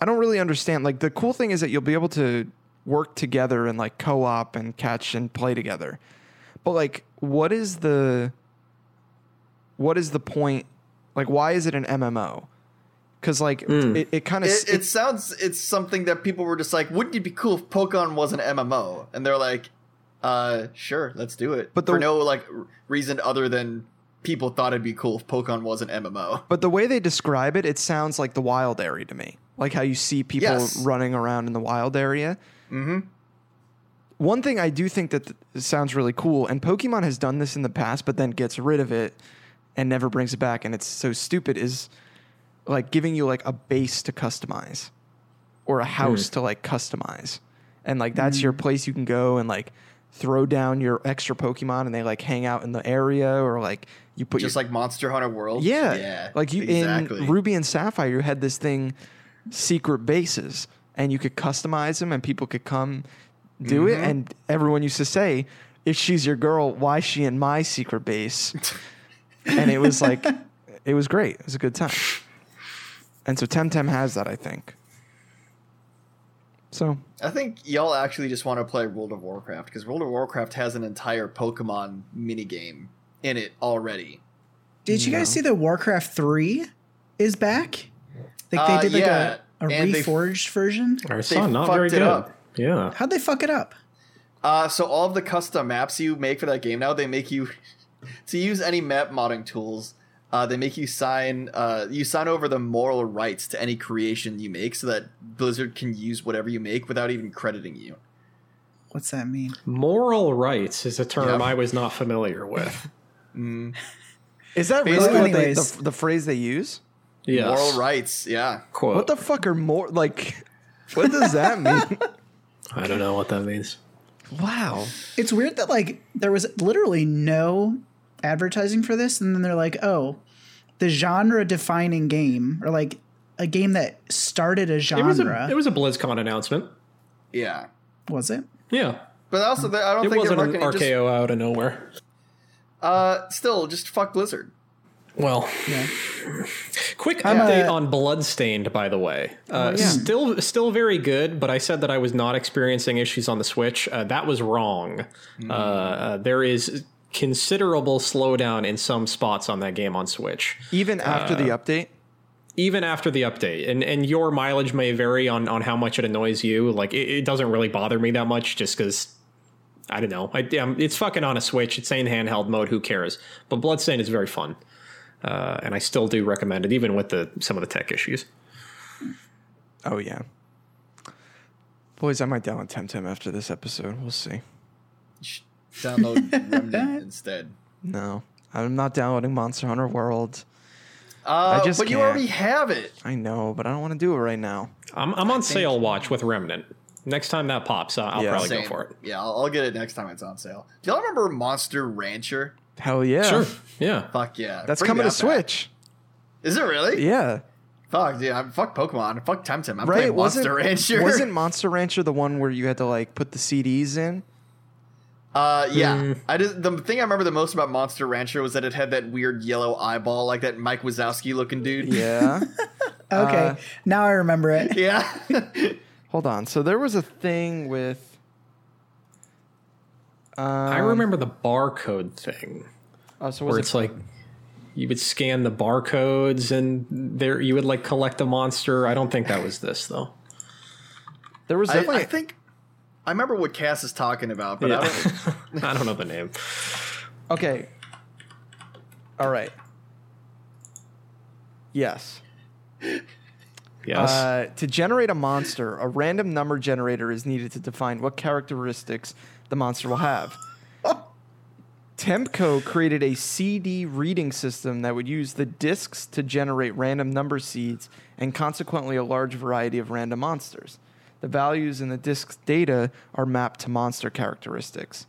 [SPEAKER 1] i don't really understand like the cool thing is that you'll be able to work together and like co-op and catch and play together but like what is the what is the point like why is it an mmo because like it, it kind of
[SPEAKER 4] it, it sounds it's something that people were just like, wouldn't it be cool if Pokemon was an MMO? And they're like, uh, sure, let's do it.
[SPEAKER 1] But
[SPEAKER 4] But
[SPEAKER 1] the-
[SPEAKER 4] for no like r- reason other than people thought it'd be cool if Pokemon was an MMO.
[SPEAKER 1] But the way they describe it, it sounds like the wild area to me. Like how you see people
[SPEAKER 4] Yes.
[SPEAKER 1] running around in the wild area. Mm-hmm. One thing I do think that th- sounds really cool, and Pokemon has done this in the past, but then gets rid of it and never brings it back, and it's so stupid, is like giving you like a base to customize or a
[SPEAKER 4] Mm.
[SPEAKER 1] house to like customize. And like that's your place you can go and like throw down your extra Pokemon and they like hang out in the area or like you put
[SPEAKER 4] Just
[SPEAKER 1] your
[SPEAKER 4] like Monster Hunter World.
[SPEAKER 1] yeah.
[SPEAKER 4] Yeah.
[SPEAKER 1] Like you in Ruby and Sapphire, you had this thing, secret bases, and you could customize them, and people could come do it. And everyone used to say, "If she's your girl, why is she in my secret base?" and it was like, it was great. It was a good time. And so Temtem has that, I think. So
[SPEAKER 4] I think y'all actually just want to play World of Warcraft because World of Warcraft has an entire Pokemon minigame in it already.
[SPEAKER 3] Did you guys see that Warcraft 3 is back? Like
[SPEAKER 4] Uh,
[SPEAKER 3] they did like
[SPEAKER 4] yeah,
[SPEAKER 3] a, a
[SPEAKER 4] and they-
[SPEAKER 3] reforged version?
[SPEAKER 2] I saw not
[SPEAKER 4] fucked
[SPEAKER 2] very
[SPEAKER 4] it
[SPEAKER 2] good.
[SPEAKER 4] up.
[SPEAKER 2] Yeah.
[SPEAKER 3] How'd they fuck it up?
[SPEAKER 4] Uh, so all of the custom maps you make for that game now, they make you to use any map modding tools. Uh, they make you sign uh, you sign over the moral rights to any creation you make, so that Blizzard can use whatever you make without even crediting you.
[SPEAKER 3] What's that mean?
[SPEAKER 2] Moral rights is a term
[SPEAKER 4] Yeah.
[SPEAKER 2] I was not familiar with.
[SPEAKER 1] is that
[SPEAKER 4] Basically-
[SPEAKER 1] really what they,
[SPEAKER 3] Anyways.
[SPEAKER 1] the, the phrase they use?
[SPEAKER 2] Yes.
[SPEAKER 4] Moral rights, yeah.
[SPEAKER 2] Quote.
[SPEAKER 1] What the fuck are more like? What does that mean?
[SPEAKER 2] I don't know what that means.
[SPEAKER 1] wow.
[SPEAKER 3] It's weird that like there was literally no advertising for this, and then they're like, oh, the genre defining game, or like a game that started a genre.
[SPEAKER 2] It was
[SPEAKER 3] Was
[SPEAKER 2] a, it
[SPEAKER 3] it?
[SPEAKER 2] was a BlizzCon announcement.
[SPEAKER 4] Yeah.
[SPEAKER 2] Yeah.
[SPEAKER 4] But also, they- I don't
[SPEAKER 2] It
[SPEAKER 4] think they're
[SPEAKER 2] wasn't an
[SPEAKER 4] marketing.
[SPEAKER 2] RKO
[SPEAKER 4] just-
[SPEAKER 2] out of nowhere.
[SPEAKER 4] uh, still, just fuck Blizzard.
[SPEAKER 2] Well,
[SPEAKER 3] Yeah.
[SPEAKER 2] Quick
[SPEAKER 3] I'm
[SPEAKER 2] update
[SPEAKER 3] a-
[SPEAKER 2] on Bloodstained, by the way. Uh,
[SPEAKER 3] yeah.
[SPEAKER 2] Still, still very good, but I said that I was not experiencing issues on the Switch. Uh, that was wrong. Uh, uh, there is considerable slowdown in some spots on that game on Switch,
[SPEAKER 1] Even after the update.
[SPEAKER 2] even after the update. And and your mileage may vary on on how much it annoys you. Like it, it doesn't really bother me that much, just because. I don't know. I, damn, it's fucking on a Switch. It's in handheld mode. Who cares? But Bloodstained is very fun, uh, and I still do recommend it, even with the some of the tech issues.
[SPEAKER 1] Oh yeah. Boys, I might download Temtem after this episode. We'll see.
[SPEAKER 4] Sh- Download Remnant instead.
[SPEAKER 1] No, I'm not downloading Monster Hunter World.
[SPEAKER 4] Uh,
[SPEAKER 1] just
[SPEAKER 4] but you
[SPEAKER 1] can't.
[SPEAKER 4] already have it.
[SPEAKER 1] I know, but I don't want to do it right now.
[SPEAKER 2] I'm, I'm on sale watch with Remnant. Next time that pops, I- I'll
[SPEAKER 1] Yeah.
[SPEAKER 2] probably
[SPEAKER 4] Same.
[SPEAKER 2] go for it.
[SPEAKER 4] Yeah, I'll, I'll get it next time it's on sale. Do y'all remember Monster Rancher?
[SPEAKER 1] Hell yeah.
[SPEAKER 2] Sure. Yeah.
[SPEAKER 4] Fuck yeah.
[SPEAKER 1] That's
[SPEAKER 4] Bring
[SPEAKER 1] coming to
[SPEAKER 4] that back.
[SPEAKER 1] Switch.
[SPEAKER 4] Is it really?
[SPEAKER 1] Yeah.
[SPEAKER 4] Fuck, dude. I'm, fuck Pokemon. Fuck Temtem. I'm
[SPEAKER 1] Right?
[SPEAKER 4] playing Monster Rancher.
[SPEAKER 1] wasn't Monster Rancher the one where you had to like put the CDs in?
[SPEAKER 4] Uh, yeah.
[SPEAKER 1] Hmm.
[SPEAKER 4] I just the thing I remember the most about Monster Rancher was that it had that weird yellow eyeball, like that Mike Wazowski looking dude.
[SPEAKER 1] Yeah.
[SPEAKER 3] Okay,
[SPEAKER 1] Uh,
[SPEAKER 3] now I remember it.
[SPEAKER 4] Yeah.
[SPEAKER 1] Hold on. So there was a thing with
[SPEAKER 2] I
[SPEAKER 1] Um,
[SPEAKER 2] remember the barcode thing
[SPEAKER 1] oh, so
[SPEAKER 2] where
[SPEAKER 1] was
[SPEAKER 2] it's
[SPEAKER 1] it,
[SPEAKER 2] like you would scan the barcodes and there you would like collect a monster. I don't think that was this though.
[SPEAKER 1] there was
[SPEAKER 4] I,
[SPEAKER 1] definitely
[SPEAKER 4] I think I remember what Cass is talking about, but I don't.
[SPEAKER 2] I, don't, know the name.
[SPEAKER 1] Okay. All right. Yes.
[SPEAKER 2] Yes.
[SPEAKER 1] Uh, to generate a monster, a random number generator is needed to define what characteristics the monster will have. Temco created a CD reading system that would use the discs to generate random number seeds and consequently a large variety of random monsters. The values in the disc's data are mapped to monster characteristics.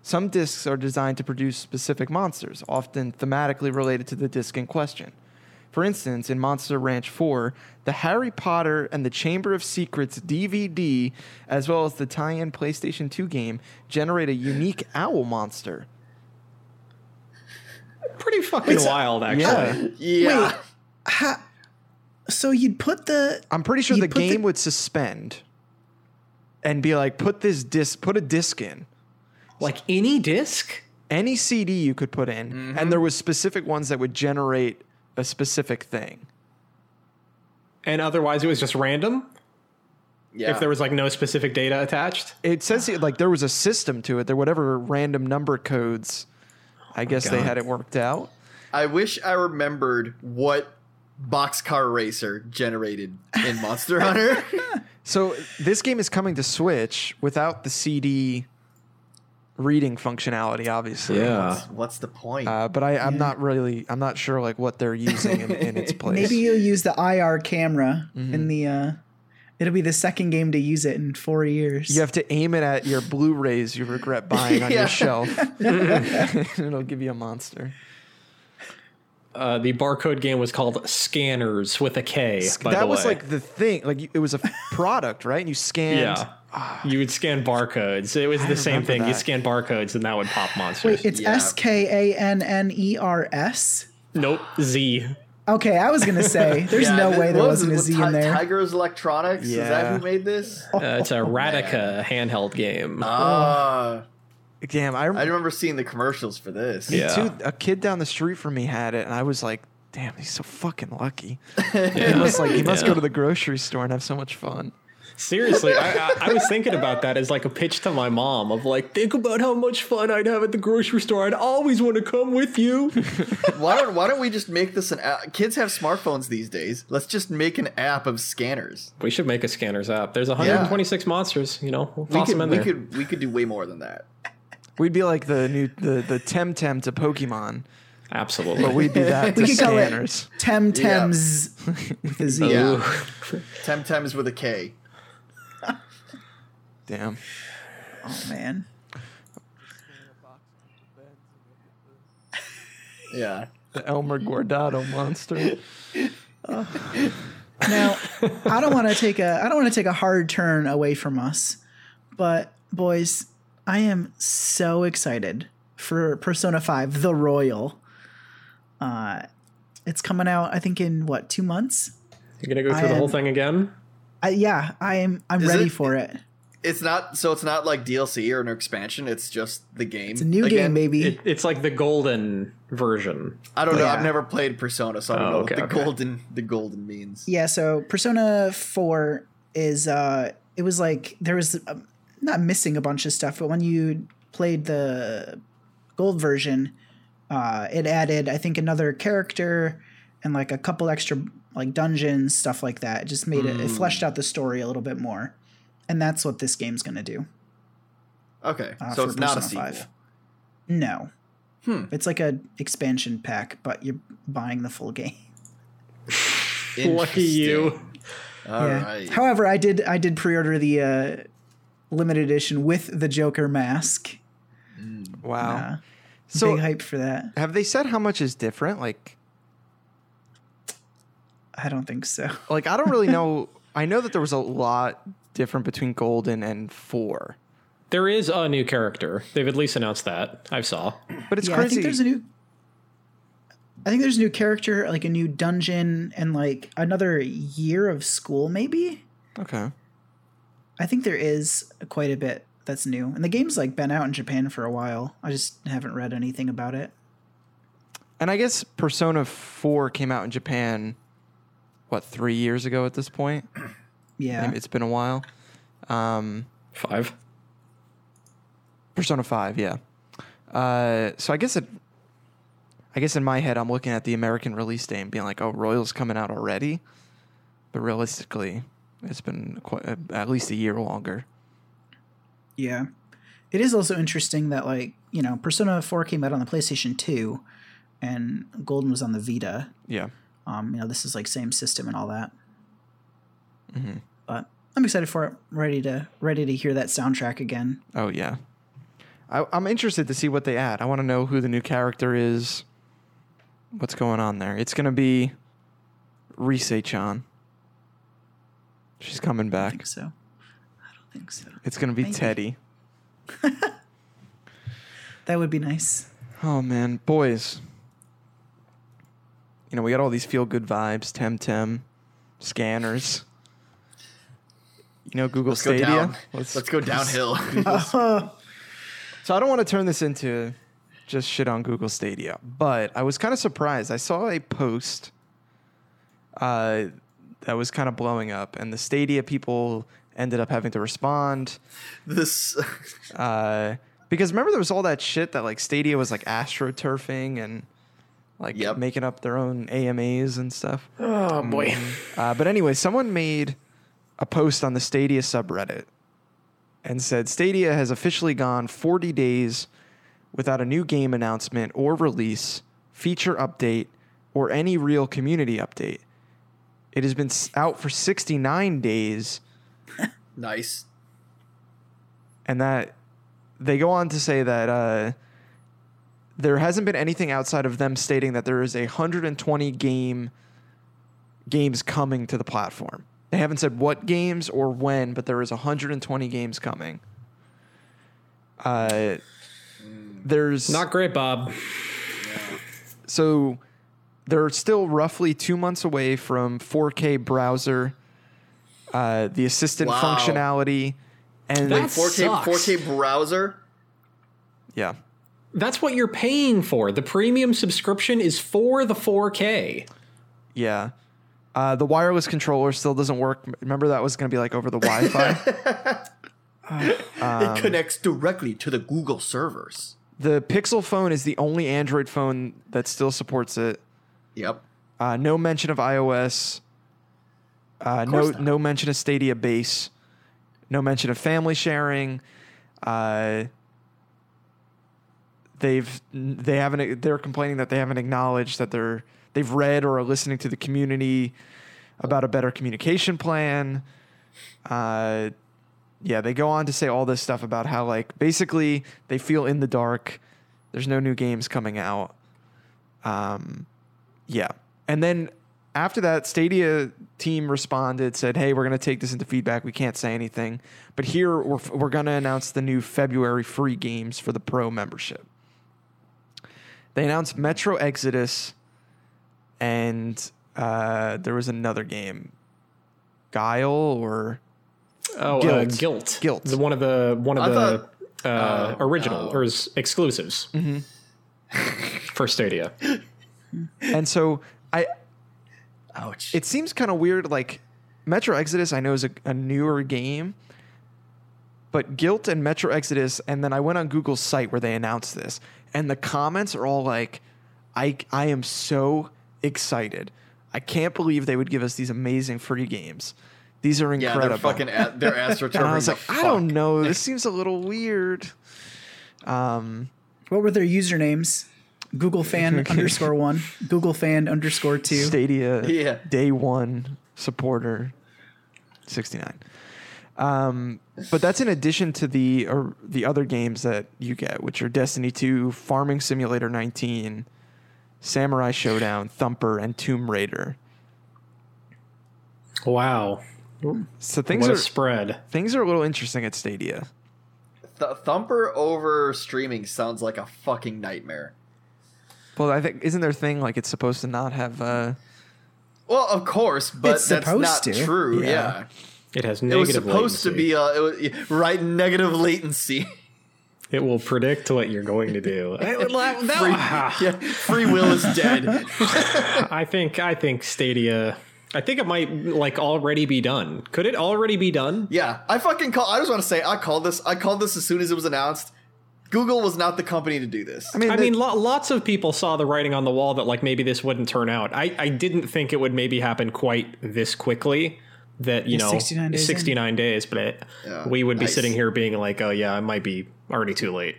[SPEAKER 1] Some discs are designed to produce specific monsters, often thematically related to the disc in question. For instance, in Monster Ranch 4, the Harry Potter and the Chamber of Secrets DVD, as well as the tie in PlayStation 2 game, generate a unique owl monster.
[SPEAKER 2] Pretty fucking wild, actually.
[SPEAKER 4] Yeah.
[SPEAKER 3] Wait, ha- so you'd put the
[SPEAKER 1] I'm pretty sure
[SPEAKER 3] You
[SPEAKER 1] the
[SPEAKER 3] put the-
[SPEAKER 1] game would suspend and be like, put this disc, put a disc in.
[SPEAKER 2] Like any disc?
[SPEAKER 1] Any CD you could put in,
[SPEAKER 3] Mm-hmm.
[SPEAKER 1] and there was specific ones that would generate a specific thing.
[SPEAKER 2] And otherwise it was just random
[SPEAKER 4] yeah.
[SPEAKER 2] if there was like no specific data attached.
[SPEAKER 1] It says here, like there was a
[SPEAKER 3] Oh
[SPEAKER 1] system to it. There whatever random number codes. I guess they
[SPEAKER 2] God.
[SPEAKER 1] had it worked out.
[SPEAKER 4] I wish I remembered what Boxcar Racer generated in Monster Hunter.
[SPEAKER 1] So this game is coming to Switch without the CD reading functionality, obviously.
[SPEAKER 2] Yeah.
[SPEAKER 4] What's the point?
[SPEAKER 1] Uh, but I, I'm not really. I'm not sure like what they're using in, in its place.
[SPEAKER 3] Maybe you'll use the IR camera
[SPEAKER 4] Mm-hmm.
[SPEAKER 3] in the. Uh, it'll be the second game to use it in four years.
[SPEAKER 1] you have to aim it at your Blu-rays you regret buying on
[SPEAKER 4] Yeah.
[SPEAKER 1] your shelf. It'll give you a monster.
[SPEAKER 2] Uh, the barcode game was called Scanners with a K. by
[SPEAKER 1] that
[SPEAKER 2] the
[SPEAKER 1] was
[SPEAKER 2] way.
[SPEAKER 1] like the thing. Like you- it was a product, right? And you scanned.
[SPEAKER 2] yeah. You would scan barcodes. It was the same
[SPEAKER 1] remember
[SPEAKER 2] thing. You
[SPEAKER 1] that.
[SPEAKER 2] scan barcodes, and that would pop monsters.
[SPEAKER 3] Wait, it's
[SPEAKER 4] Yeah.
[SPEAKER 3] S K A N N E R S.
[SPEAKER 2] nope, Z.
[SPEAKER 3] Okay, I was gonna say there's
[SPEAKER 4] Yeah,
[SPEAKER 3] no
[SPEAKER 4] th-
[SPEAKER 3] way there
[SPEAKER 4] what
[SPEAKER 3] wasn't a
[SPEAKER 4] was it?
[SPEAKER 3] Z in
[SPEAKER 4] Ti-
[SPEAKER 3] there. Oh.
[SPEAKER 4] Tiger's Electronics. Is that
[SPEAKER 1] Yeah.
[SPEAKER 4] who made this?
[SPEAKER 2] Uh, it's a Radica handheld game.
[SPEAKER 4] Ah,
[SPEAKER 1] Damn, I,
[SPEAKER 4] I
[SPEAKER 1] remember
[SPEAKER 4] remember seeing the commercials for this.
[SPEAKER 1] me
[SPEAKER 2] Yeah.
[SPEAKER 1] too. A kid down the street from me had it, and I was like, "Damn, he's so fucking lucky."
[SPEAKER 2] Yeah.
[SPEAKER 1] He must like he must
[SPEAKER 2] Yeah.
[SPEAKER 1] go to the grocery store and have so much fun.
[SPEAKER 2] Seriously, I, I, I was thinking about that as like a pitch to my mom of like, think about how much fun I'd have at the grocery store. I'd always want to come with you.
[SPEAKER 4] Why don't Why don't we just make this an app? Kids have smartphones these days. Let's just make an app of scanners.
[SPEAKER 2] we should make a scanners app. There's 126 monsters. You know, we'll
[SPEAKER 4] We
[SPEAKER 2] toss
[SPEAKER 4] could,
[SPEAKER 2] them in
[SPEAKER 4] we
[SPEAKER 2] there.
[SPEAKER 4] could we could do way more than that.
[SPEAKER 1] We'd be like the new the the Temtem to Pokemon,
[SPEAKER 2] Absolutely.
[SPEAKER 1] but we'd be that to
[SPEAKER 3] We could call it
[SPEAKER 1] scanners.
[SPEAKER 3] Tem Tems with a Z.
[SPEAKER 4] Yeah.
[SPEAKER 2] Ooh.
[SPEAKER 4] Temtems with a K.
[SPEAKER 1] Damn.
[SPEAKER 3] Oh man.
[SPEAKER 4] Yeah.
[SPEAKER 1] The Elmer Guardado monster.
[SPEAKER 3] Now, I don't want to take a I don't want to take a hard turn away from us, but boys, I am so excited for Persona 5 The Royal. Uh it's coming out I think in what, 2 months?
[SPEAKER 2] You're gonna go
[SPEAKER 3] I
[SPEAKER 2] through the whole
[SPEAKER 3] am-
[SPEAKER 2] thing again?
[SPEAKER 3] I, yeah, I am I'm
[SPEAKER 4] Is
[SPEAKER 3] ready
[SPEAKER 4] it-
[SPEAKER 3] for it.
[SPEAKER 4] It's not so. It's not like DLC or an expansion. It's just the game.
[SPEAKER 3] It's a new game,
[SPEAKER 4] Again,
[SPEAKER 3] baby.
[SPEAKER 2] It, it's like the golden version.
[SPEAKER 4] I don't know.
[SPEAKER 3] Yeah.
[SPEAKER 4] I've never played Persona, so I don't
[SPEAKER 2] Oh,
[SPEAKER 4] know
[SPEAKER 2] okay,
[SPEAKER 4] what the
[SPEAKER 2] okay.
[SPEAKER 4] golden the golden means.
[SPEAKER 3] Yeah, so Persona 4 is uh it was like there was um not missing a bunch of stuff, but when you played the gold version, uh it added I think another character and like a couple extra like dungeons, stuff like that. It just made it it fleshed out the story a little bit more. And that's what this game's going to do.
[SPEAKER 4] Okay,
[SPEAKER 3] Uh,
[SPEAKER 4] so
[SPEAKER 3] for
[SPEAKER 4] it's not a sequel.
[SPEAKER 3] Persona 5. No.
[SPEAKER 4] Hmm.
[SPEAKER 3] It's like a expansion pack, but you're buying the full game.
[SPEAKER 2] Lucky you.
[SPEAKER 4] Interesting. All right.
[SPEAKER 3] Yeah. However, I did I did pre-order the uh, limited edition with the Joker mask.
[SPEAKER 1] Wow.
[SPEAKER 3] Uh,
[SPEAKER 1] Oh. so
[SPEAKER 3] Big hype for that.
[SPEAKER 1] have they said how much is different? Like
[SPEAKER 3] I don't think so.
[SPEAKER 1] like I don't really know. I know that there was a lot different between Golden and Four,
[SPEAKER 2] There is a new character. They've at least announced that. I saw.
[SPEAKER 1] but it's
[SPEAKER 3] yeah, I
[SPEAKER 1] crazy.
[SPEAKER 3] think there's a new. I think there's a new character, like a new dungeon, and like another year of school. Maybe
[SPEAKER 1] okay.
[SPEAKER 3] I think there is quite a bit that's new, and the game's like been out in Japan for a while. I just haven't read anything about it.
[SPEAKER 1] And I guess Persona 4 came out in Japan, what, three years ago at this point?
[SPEAKER 3] Yeah,
[SPEAKER 1] Maybe It's been a while. Um,
[SPEAKER 2] Five.
[SPEAKER 1] Persona 5, yeah. Uh, so I guess it. I guess in my head, I'm looking at the American release date and being like, "Oh, Royal's coming out already," but realistically, it's been quite, uh, at least a year longer.
[SPEAKER 3] Yeah. It is also interesting that like, you know, Persona 4 came out on the PlayStation 2 and Golden was on the Vita.
[SPEAKER 1] Yeah,
[SPEAKER 3] Um, you know, this is like same system and all that.
[SPEAKER 2] Mm-hmm.
[SPEAKER 3] But I'm excited for it. Ready to ready to hear that soundtrack again.
[SPEAKER 1] Oh yeah, I, I'm interested to see what they add. I want to know who the new character is. What's going on there? It's gonna be Risei Chan. She's coming
[SPEAKER 3] I
[SPEAKER 1] back.
[SPEAKER 3] think so. I don't think so.
[SPEAKER 1] It's gonna be
[SPEAKER 3] Maybe.
[SPEAKER 1] Teddy.
[SPEAKER 3] That would be nice.
[SPEAKER 1] Oh man, boys. You know we got all these feel good vibes. Temtem, scanners. You know Google
[SPEAKER 4] Let's go
[SPEAKER 1] Stadia.
[SPEAKER 4] down.
[SPEAKER 1] Let's-
[SPEAKER 4] Let's, go downhill.
[SPEAKER 1] So I don't want to turn this into just shit on Google Stadia, but I was kind of surprised. I saw a post uh, that was kind of blowing up, and the Stadia people ended up having to respond
[SPEAKER 4] this
[SPEAKER 1] uh, because remember there was all that shit that like Stadia was like astroturfing and like
[SPEAKER 4] Yep.
[SPEAKER 1] making up their own AMAs and stuff.
[SPEAKER 2] Oh boy.
[SPEAKER 1] Uh, but anyway, someone made a post on the Stadia subreddit and said Stadia has officially gone 40 days without a new game announcement or release, feature update, or any real community update. It has been s- out for 69 days,
[SPEAKER 4] Nice.
[SPEAKER 1] and that they go on to say that uh, there hasn't been anything outside of them stating that there is a 120 game games coming to the platform. They haven't said what games or when, but there is 120 games coming. Uh, there's
[SPEAKER 2] Not great, Bob.
[SPEAKER 1] so they're still roughly two months away from 4K browser, uh, the assistant
[SPEAKER 4] Wow.
[SPEAKER 1] functionality, and
[SPEAKER 2] That
[SPEAKER 4] 4K
[SPEAKER 2] sucks.
[SPEAKER 4] 4K browser.
[SPEAKER 1] yeah,
[SPEAKER 2] That's what you're paying for. The premium subscription is for the 4K.
[SPEAKER 1] yeah. Uh, the wireless controller still doesn't work. Remember that was going to be like over the Wi-Fi.
[SPEAKER 3] Um,
[SPEAKER 4] it connects directly to the Google servers.
[SPEAKER 1] the Pixel phone is the only Android phone that still supports it.
[SPEAKER 4] Yep.
[SPEAKER 1] Uh, no mention of iOS. Uh, no,
[SPEAKER 4] course not.
[SPEAKER 1] no mention of Stadia base. No mention of family sharing. Uh, they've they haven't they're complaining that they haven't acknowledged that they're they've read or are listening to the community about a better communication plan. Uh, yeah, they go on to say all this stuff about how like basically they feel in the dark. There's no new games coming out. Um, yeah. And then after that, Stadia team responded, said, "Hey, we're going to take this into feedback. We can't say anything, but here we're we're going to announce the new February free games for the pro membership." They announced Metro Exodus, and uh, there was another game, Guile or
[SPEAKER 2] Oh, Uh,
[SPEAKER 1] Guilt.
[SPEAKER 2] guilt.
[SPEAKER 1] Guilt.
[SPEAKER 2] The, one of the one of
[SPEAKER 4] I
[SPEAKER 2] the
[SPEAKER 4] thought- oh. Mm-hmm.
[SPEAKER 2] uh, original or s- exclusives for Stadia.
[SPEAKER 1] and so I
[SPEAKER 4] Ouch.
[SPEAKER 1] it seems kind of weird. Like Metro Exodus, I know is a, a newer game, but Guilt and Metro Exodus, and then I went on Google's site where they announced this, and the comments are all like, "I I am so excited! I can't believe they would give us these amazing free games. These are
[SPEAKER 4] yeah,
[SPEAKER 1] incredible."
[SPEAKER 4] they're fucking a- they're astroturfing.
[SPEAKER 1] and I was
[SPEAKER 4] the
[SPEAKER 1] like, "I
[SPEAKER 4] fuck.
[SPEAKER 1] don't know. This seems a little weird."
[SPEAKER 3] What were their usernames? Google fan underscore one, Google fan underscore two.
[SPEAKER 1] Stadia
[SPEAKER 4] Yeah.
[SPEAKER 1] day one supporter 69. Um, but that's in addition to the or the other games that you get, which are Destiny 2, Farming Simulator 19, Samurai Showdown, Thumper, and Tomb Raider.
[SPEAKER 2] Wow.
[SPEAKER 1] So things
[SPEAKER 2] What
[SPEAKER 1] are
[SPEAKER 2] a spread.
[SPEAKER 1] things are a little interesting at Stadia.
[SPEAKER 4] Th- Thumper over streaming sounds like a fucking nightmare.
[SPEAKER 1] Well, I think isn't their thing like it's supposed to not have uh
[SPEAKER 4] Well, of course, but
[SPEAKER 3] It's
[SPEAKER 4] that's
[SPEAKER 3] supposed
[SPEAKER 4] not
[SPEAKER 3] to.
[SPEAKER 4] true.
[SPEAKER 1] Yeah.
[SPEAKER 4] Yeah.
[SPEAKER 2] It has
[SPEAKER 4] It
[SPEAKER 2] negative
[SPEAKER 4] was supposed to
[SPEAKER 2] latency.
[SPEAKER 4] be uh, it was- yeah, right negative latency.
[SPEAKER 2] It will predict what you're going to do.
[SPEAKER 4] yeah, free will is dead.
[SPEAKER 2] I think I think Stadia. I think it might like already be done. Could it already be done?
[SPEAKER 4] Yeah, I fucking call. I just want to say I called this. I called this as soon as it was announced. Google was not the company to do this.
[SPEAKER 2] I
[SPEAKER 1] they-
[SPEAKER 2] mean, lo- lots of people saw the writing on the wall that like maybe this wouldn't turn out. I, I didn't think it would maybe happen quite this quickly. That you
[SPEAKER 3] Yeah,
[SPEAKER 2] know,
[SPEAKER 3] 69 days in.
[SPEAKER 2] 69 days, but it,
[SPEAKER 4] Yeah,
[SPEAKER 2] we would be
[SPEAKER 4] nice.
[SPEAKER 2] sitting here being like, oh yeah, it might be already too late.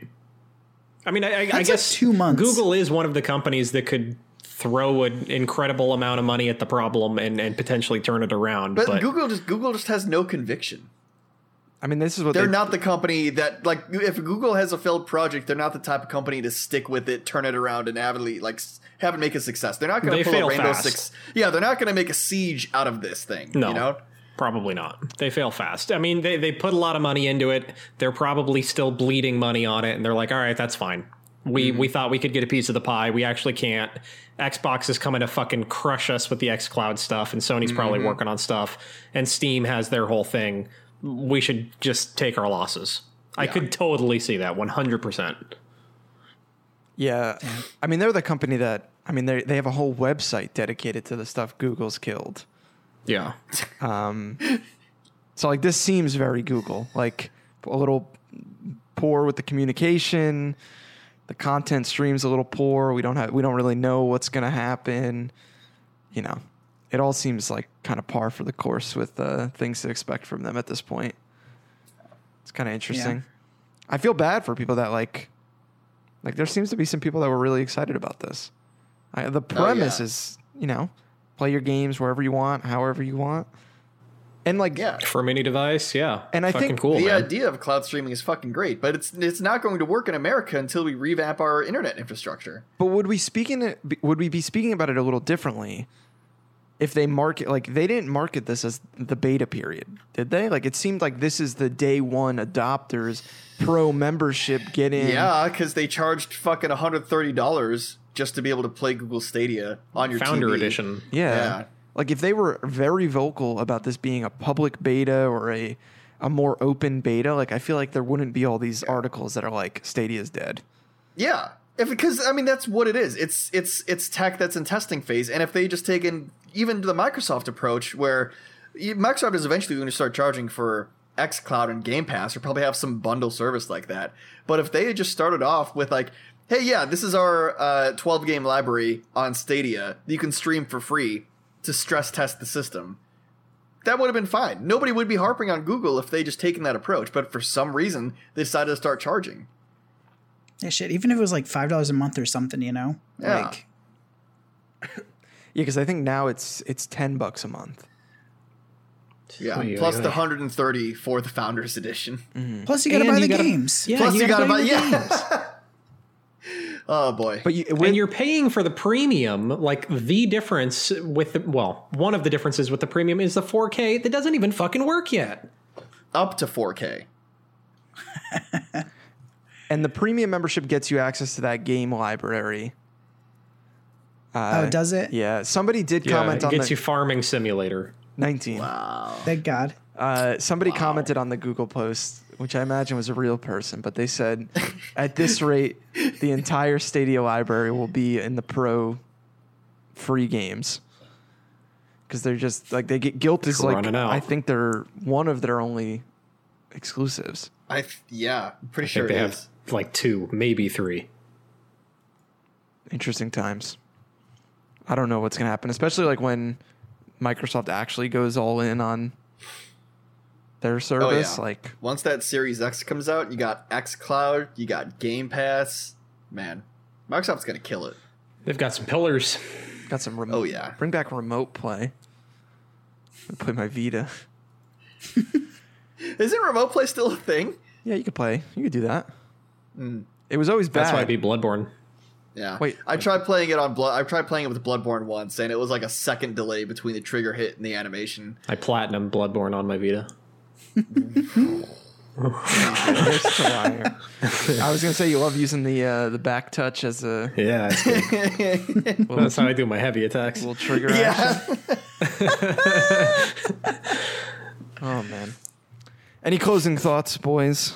[SPEAKER 2] I mean, I, I, I
[SPEAKER 3] like
[SPEAKER 2] guess
[SPEAKER 3] two months.
[SPEAKER 2] Google is one of the companies that could throw an incredible amount of money at the problem and, and potentially turn it around. But,
[SPEAKER 4] but, Google just Google just has no conviction.
[SPEAKER 1] I mean this is what
[SPEAKER 4] They're
[SPEAKER 1] they-
[SPEAKER 4] not the company that like if Google has a failed project, they're not the type of company to stick with it, turn it around, and avidly like s- have it make a success. They're not going
[SPEAKER 2] They
[SPEAKER 4] to pull
[SPEAKER 2] fail
[SPEAKER 4] a Rainbow
[SPEAKER 2] fast.
[SPEAKER 4] Six. Yeah, they're not going to make a siege out of this thing.
[SPEAKER 2] No.
[SPEAKER 4] you know.
[SPEAKER 2] Probably not. They fail fast. I mean, they, they put a lot of money into it. They're probably still bleeding money on it, and they're like, all right, that's fine. We we thought we could get a piece of the pie. We actually can't. Xbox is coming to fucking crush us with the X Cloud stuff, and Sony's probably working on stuff, and Steam has their whole thing. We should just take our losses. I could totally see that 100%.
[SPEAKER 1] Yeah. I mean, they're the company that, I mean, they they have a whole website dedicated to the stuff Google's killed.
[SPEAKER 2] Yeah.
[SPEAKER 1] So, like, this seems very Google, like a little poor with the communication, the the content stream's a little poor. We don't have we don't really know what's gonna happen. You know, it all seems like kind of par for the course with uh, things to expect from them at this point. It's kind of interesting. I feel bad for people that like, like there seems to be some people that were really excited about this. I, the premise is, you know, play your games wherever you want, however you want, and like,
[SPEAKER 4] Yeah.
[SPEAKER 2] from any device. Yeah,
[SPEAKER 1] And I
[SPEAKER 2] fucking
[SPEAKER 1] think
[SPEAKER 2] cool.
[SPEAKER 4] the
[SPEAKER 2] man.
[SPEAKER 4] idea of cloud streaming is fucking great, but it's it's not going to work in America until we revamp our internet infrastructure.
[SPEAKER 1] But would we speaking it, would we be speaking about it a little differently if they market like they didn't market this as the beta period, did they? Like it seemed like this is the day one adopters pro membership get in.
[SPEAKER 4] Yeah, because they charged fucking one hundred thirty dollars just to be able to play Google Stadia on your
[SPEAKER 2] Founder
[SPEAKER 4] TV.
[SPEAKER 2] edition.
[SPEAKER 1] Yeah.
[SPEAKER 4] Yeah.
[SPEAKER 1] Like if they were very vocal about this being a public beta or a a more open beta, like I feel like there wouldn't be all these articles that are like Stadia's dead.
[SPEAKER 4] Yeah. If because I mean that's what it is. It's it's it's tech that's in testing phase, and if they just take in even the Microsoft approach, where y- Microsoft is eventually going to start charging for XCloud and Game Pass, or probably have some bundle service like that. But if they had just started off with like, hey, yeah, this is our uh, 12 game library on Stadia, that you can stream for free to stress test the system. That would have been fine. Nobody would be harping on Google if they just taken that approach. But for some reason, they decided to start charging.
[SPEAKER 3] Yeah, shit. Even if it was like five dollars a month or something, you know.
[SPEAKER 4] Yeah.
[SPEAKER 3] Like,
[SPEAKER 1] Yeah, because I think now it's it's ten bucks a month.
[SPEAKER 4] Yeah,
[SPEAKER 2] Oy, oy,
[SPEAKER 4] plus
[SPEAKER 2] oy.
[SPEAKER 4] the 130 for the Founders Edition.
[SPEAKER 3] plus you gotta
[SPEAKER 2] And
[SPEAKER 3] buy
[SPEAKER 2] you
[SPEAKER 3] the
[SPEAKER 2] gotta-
[SPEAKER 3] games.
[SPEAKER 2] Yeah,
[SPEAKER 4] plus, you, gotta buy.
[SPEAKER 2] play your games.
[SPEAKER 4] Yeah. oh boy.
[SPEAKER 1] But you,
[SPEAKER 2] when
[SPEAKER 1] when
[SPEAKER 2] you're paying for the premium, like the difference with the well, one of the differences with the premium is the 4K that doesn't even fucking work yet.
[SPEAKER 4] Up to 4K.
[SPEAKER 1] and the premium membership gets you access to that game library.
[SPEAKER 3] Oh, does it?
[SPEAKER 1] Yeah, somebody did comment
[SPEAKER 2] it
[SPEAKER 1] on
[SPEAKER 2] gets
[SPEAKER 1] the
[SPEAKER 2] you farming simulator.
[SPEAKER 1] 19.
[SPEAKER 3] Thank God.
[SPEAKER 1] Uh, somebody commented on the Google post, which I imagine was a real person, but they said, at this rate, the entire Stadia library will be in the pro free games. Because they're just like they get guilt is like
[SPEAKER 2] running out.
[SPEAKER 1] I think they're one of their only exclusives.
[SPEAKER 4] I th- yeah, I'm pretty
[SPEAKER 2] I think
[SPEAKER 4] sure
[SPEAKER 2] they
[SPEAKER 4] it
[SPEAKER 2] have
[SPEAKER 4] is.
[SPEAKER 2] like two, maybe three.
[SPEAKER 1] Interesting times. I don't know what's gonna happen, especially like when Microsoft actually goes all in on their
[SPEAKER 4] Oh yeah.
[SPEAKER 1] service. Like
[SPEAKER 4] once that Series X comes out, you got X Cloud, you got Game Pass. Man, Microsoft's gonna kill it.
[SPEAKER 2] They've got some pillars.
[SPEAKER 1] Got some remote.
[SPEAKER 4] Oh, yeah.
[SPEAKER 1] Bring back remote play. I play my Vita.
[SPEAKER 4] Isn't remote play still a thing?
[SPEAKER 1] Yeah, you could play. You could do that.
[SPEAKER 4] Mm.
[SPEAKER 1] It was always bad.
[SPEAKER 2] That's why it'd be Bloodborne.
[SPEAKER 4] Yeah.
[SPEAKER 1] Wait.
[SPEAKER 4] I tried playing it on Blood. I tried playing it with Bloodborne once, and it was like a second delay between the trigger hit and the animation.
[SPEAKER 2] I platinum Bloodborne on my Vita.
[SPEAKER 1] You're such a liar. I was gonna say you love using the uh, the back touch as a
[SPEAKER 2] Yeah, that's, that's how I do my heavy attacks.
[SPEAKER 1] little trigger.
[SPEAKER 4] Yeah.
[SPEAKER 1] action. Oh man. Any closing thoughts, boys?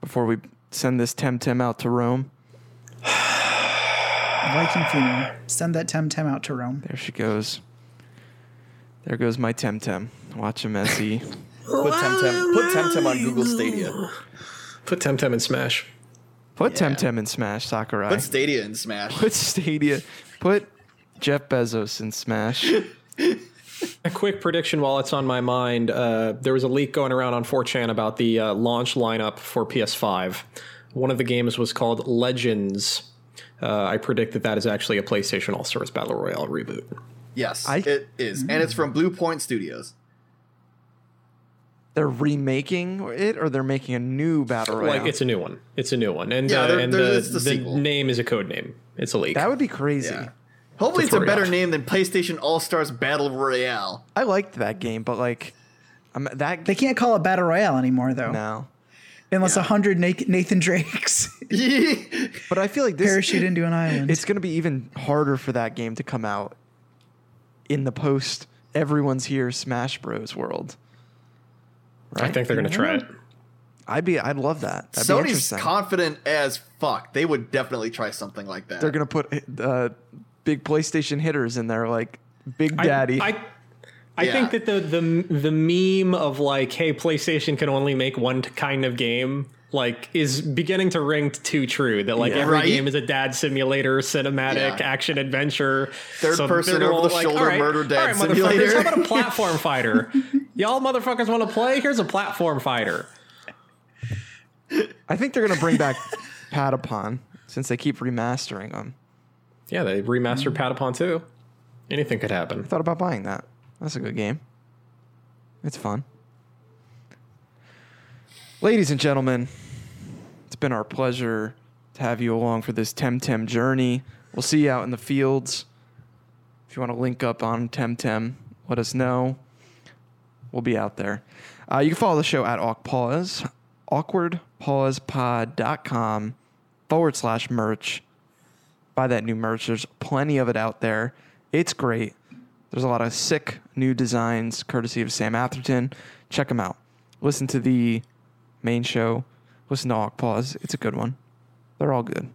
[SPEAKER 1] Before we send this Temtem out to Rome,
[SPEAKER 3] Viking funeral. Send that Temtem out to Rome.
[SPEAKER 1] there she goes. There goes my Temtem. Watch him as he.
[SPEAKER 4] put Temtem. Put Temtem on Google Stadia.
[SPEAKER 2] Put Temtem in Smash.
[SPEAKER 1] Put Temtem in Smash Sakurai.
[SPEAKER 4] Put Stadia in Smash.
[SPEAKER 1] put Stadia, put Jeff Bezos in Smash.
[SPEAKER 2] A quick prediction while it's on my mind. Uh, there was a leak going around on 4chan about the uh, launch lineup for PS5. One of the games was called Legends. Uh, I predict that that is actually a PlayStation All Stars Battle Royale reboot.
[SPEAKER 4] Yes,
[SPEAKER 1] I-
[SPEAKER 4] it is, and it's from Blue Point Studios.
[SPEAKER 1] They're remaking it, or they're making a new battle royale.
[SPEAKER 2] Like it's a new one. It's a new one, and
[SPEAKER 4] Yeah,
[SPEAKER 2] uh,
[SPEAKER 4] there-
[SPEAKER 2] and
[SPEAKER 4] there-
[SPEAKER 2] the,
[SPEAKER 4] it's the
[SPEAKER 2] the
[SPEAKER 4] sequel.
[SPEAKER 2] name is a code name. It's a leak.
[SPEAKER 1] that would be crazy.
[SPEAKER 4] Yeah. Hopefully, it's a
[SPEAKER 2] Tutorial.
[SPEAKER 4] better name than PlayStation All Stars Battle Royale.
[SPEAKER 1] I liked that game, but like, I'm, that
[SPEAKER 3] They can't call it battle royale anymore, though,
[SPEAKER 1] now.
[SPEAKER 3] unless a hundred Nathan Drakes
[SPEAKER 1] But I feel like this
[SPEAKER 3] parachute into an island.
[SPEAKER 1] it's going to be even harder for that game to come out in the post. Everyone's here, Smash Bros. world.
[SPEAKER 2] I think they're going to try it.
[SPEAKER 1] I'd be, I'd love that. That'd be
[SPEAKER 4] Sony's
[SPEAKER 1] interesting.
[SPEAKER 4] confident as fuck. They would definitely try something like that.
[SPEAKER 1] they're going to put uh, big PlayStation hitters in there, like Big Daddy.
[SPEAKER 2] I, I, I
[SPEAKER 4] Yeah.
[SPEAKER 2] think that the the the meme of like, hey, PlayStation can only make one t- kind of game like is beginning to ring too true that like
[SPEAKER 4] Yeah.
[SPEAKER 2] every
[SPEAKER 4] Right?
[SPEAKER 2] game is a dad simulator cinematic
[SPEAKER 4] Yeah.
[SPEAKER 2] action adventure
[SPEAKER 4] Third
[SPEAKER 2] So
[SPEAKER 4] person
[SPEAKER 2] they're all
[SPEAKER 4] over-the-shoulder murder dad
[SPEAKER 2] motherfuckers,
[SPEAKER 4] simulator."
[SPEAKER 2] how about a platform fighter y'all motherfuckers want to play here's a platform fighter
[SPEAKER 1] I think they're gonna bring back Patapon since they keep remastering them.
[SPEAKER 2] yeah they remastered patapon 2 anything could happen
[SPEAKER 1] Thought about buying that. That's a good game. It's fun. Ladies and gentlemen, it's been our pleasure to have you along for this Temtem journey. We'll see you out in the fields. If you want to link up on Temtem, let us know. We'll be out there. Uh, you can follow the show at awkpause, awkwardpausepod.com forward slash merch. Buy that new merch. There's plenty of it out there. It's great. There's a lot of sick new designs courtesy of Sam Atherton. Check them out. Listen to the main show. Listen to Hawk Paws. It's a good one. They're all good.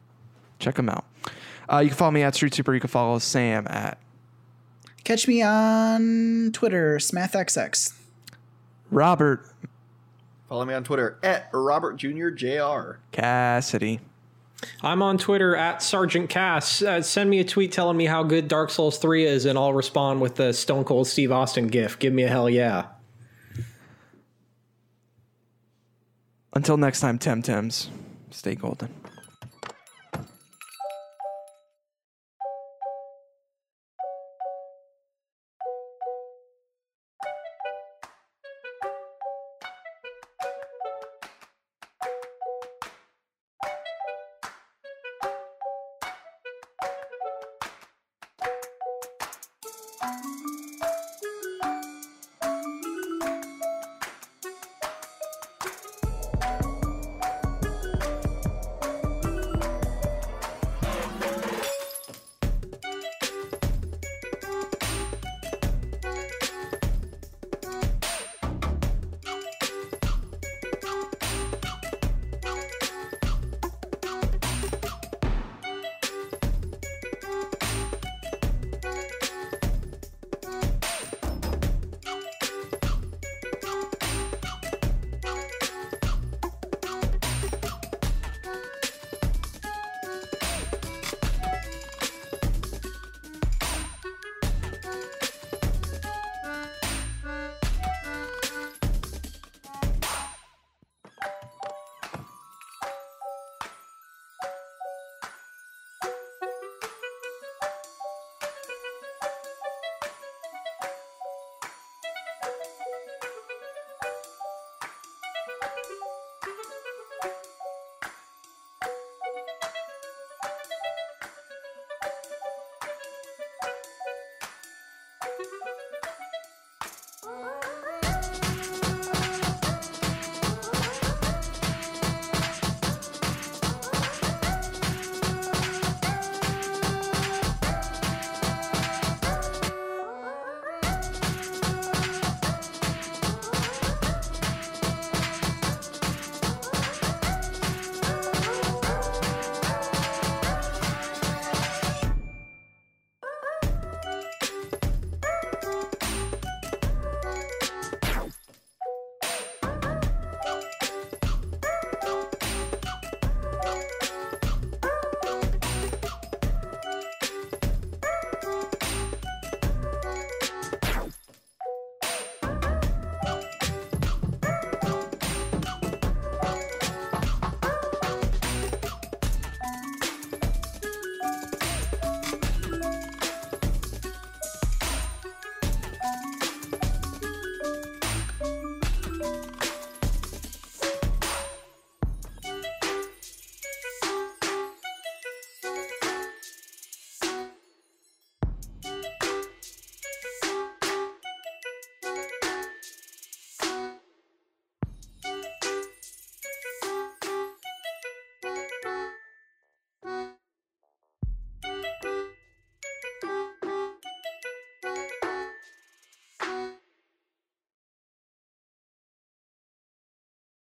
[SPEAKER 1] Check them out. Uh, you can follow me at Street Super. You can follow Sam at
[SPEAKER 3] Catch me on Twitter, SmathXX.
[SPEAKER 1] Robert
[SPEAKER 4] Follow me on Twitter at Robert Jr. Jr.
[SPEAKER 1] Cassidy.
[SPEAKER 2] i'm on twitter at sergeant cass uh, send me a tweet telling me how good dark souls 3 is and i'll respond with the stone cold steve austin gif give me a hell yeah
[SPEAKER 1] Until next time, Temtems, stay golden.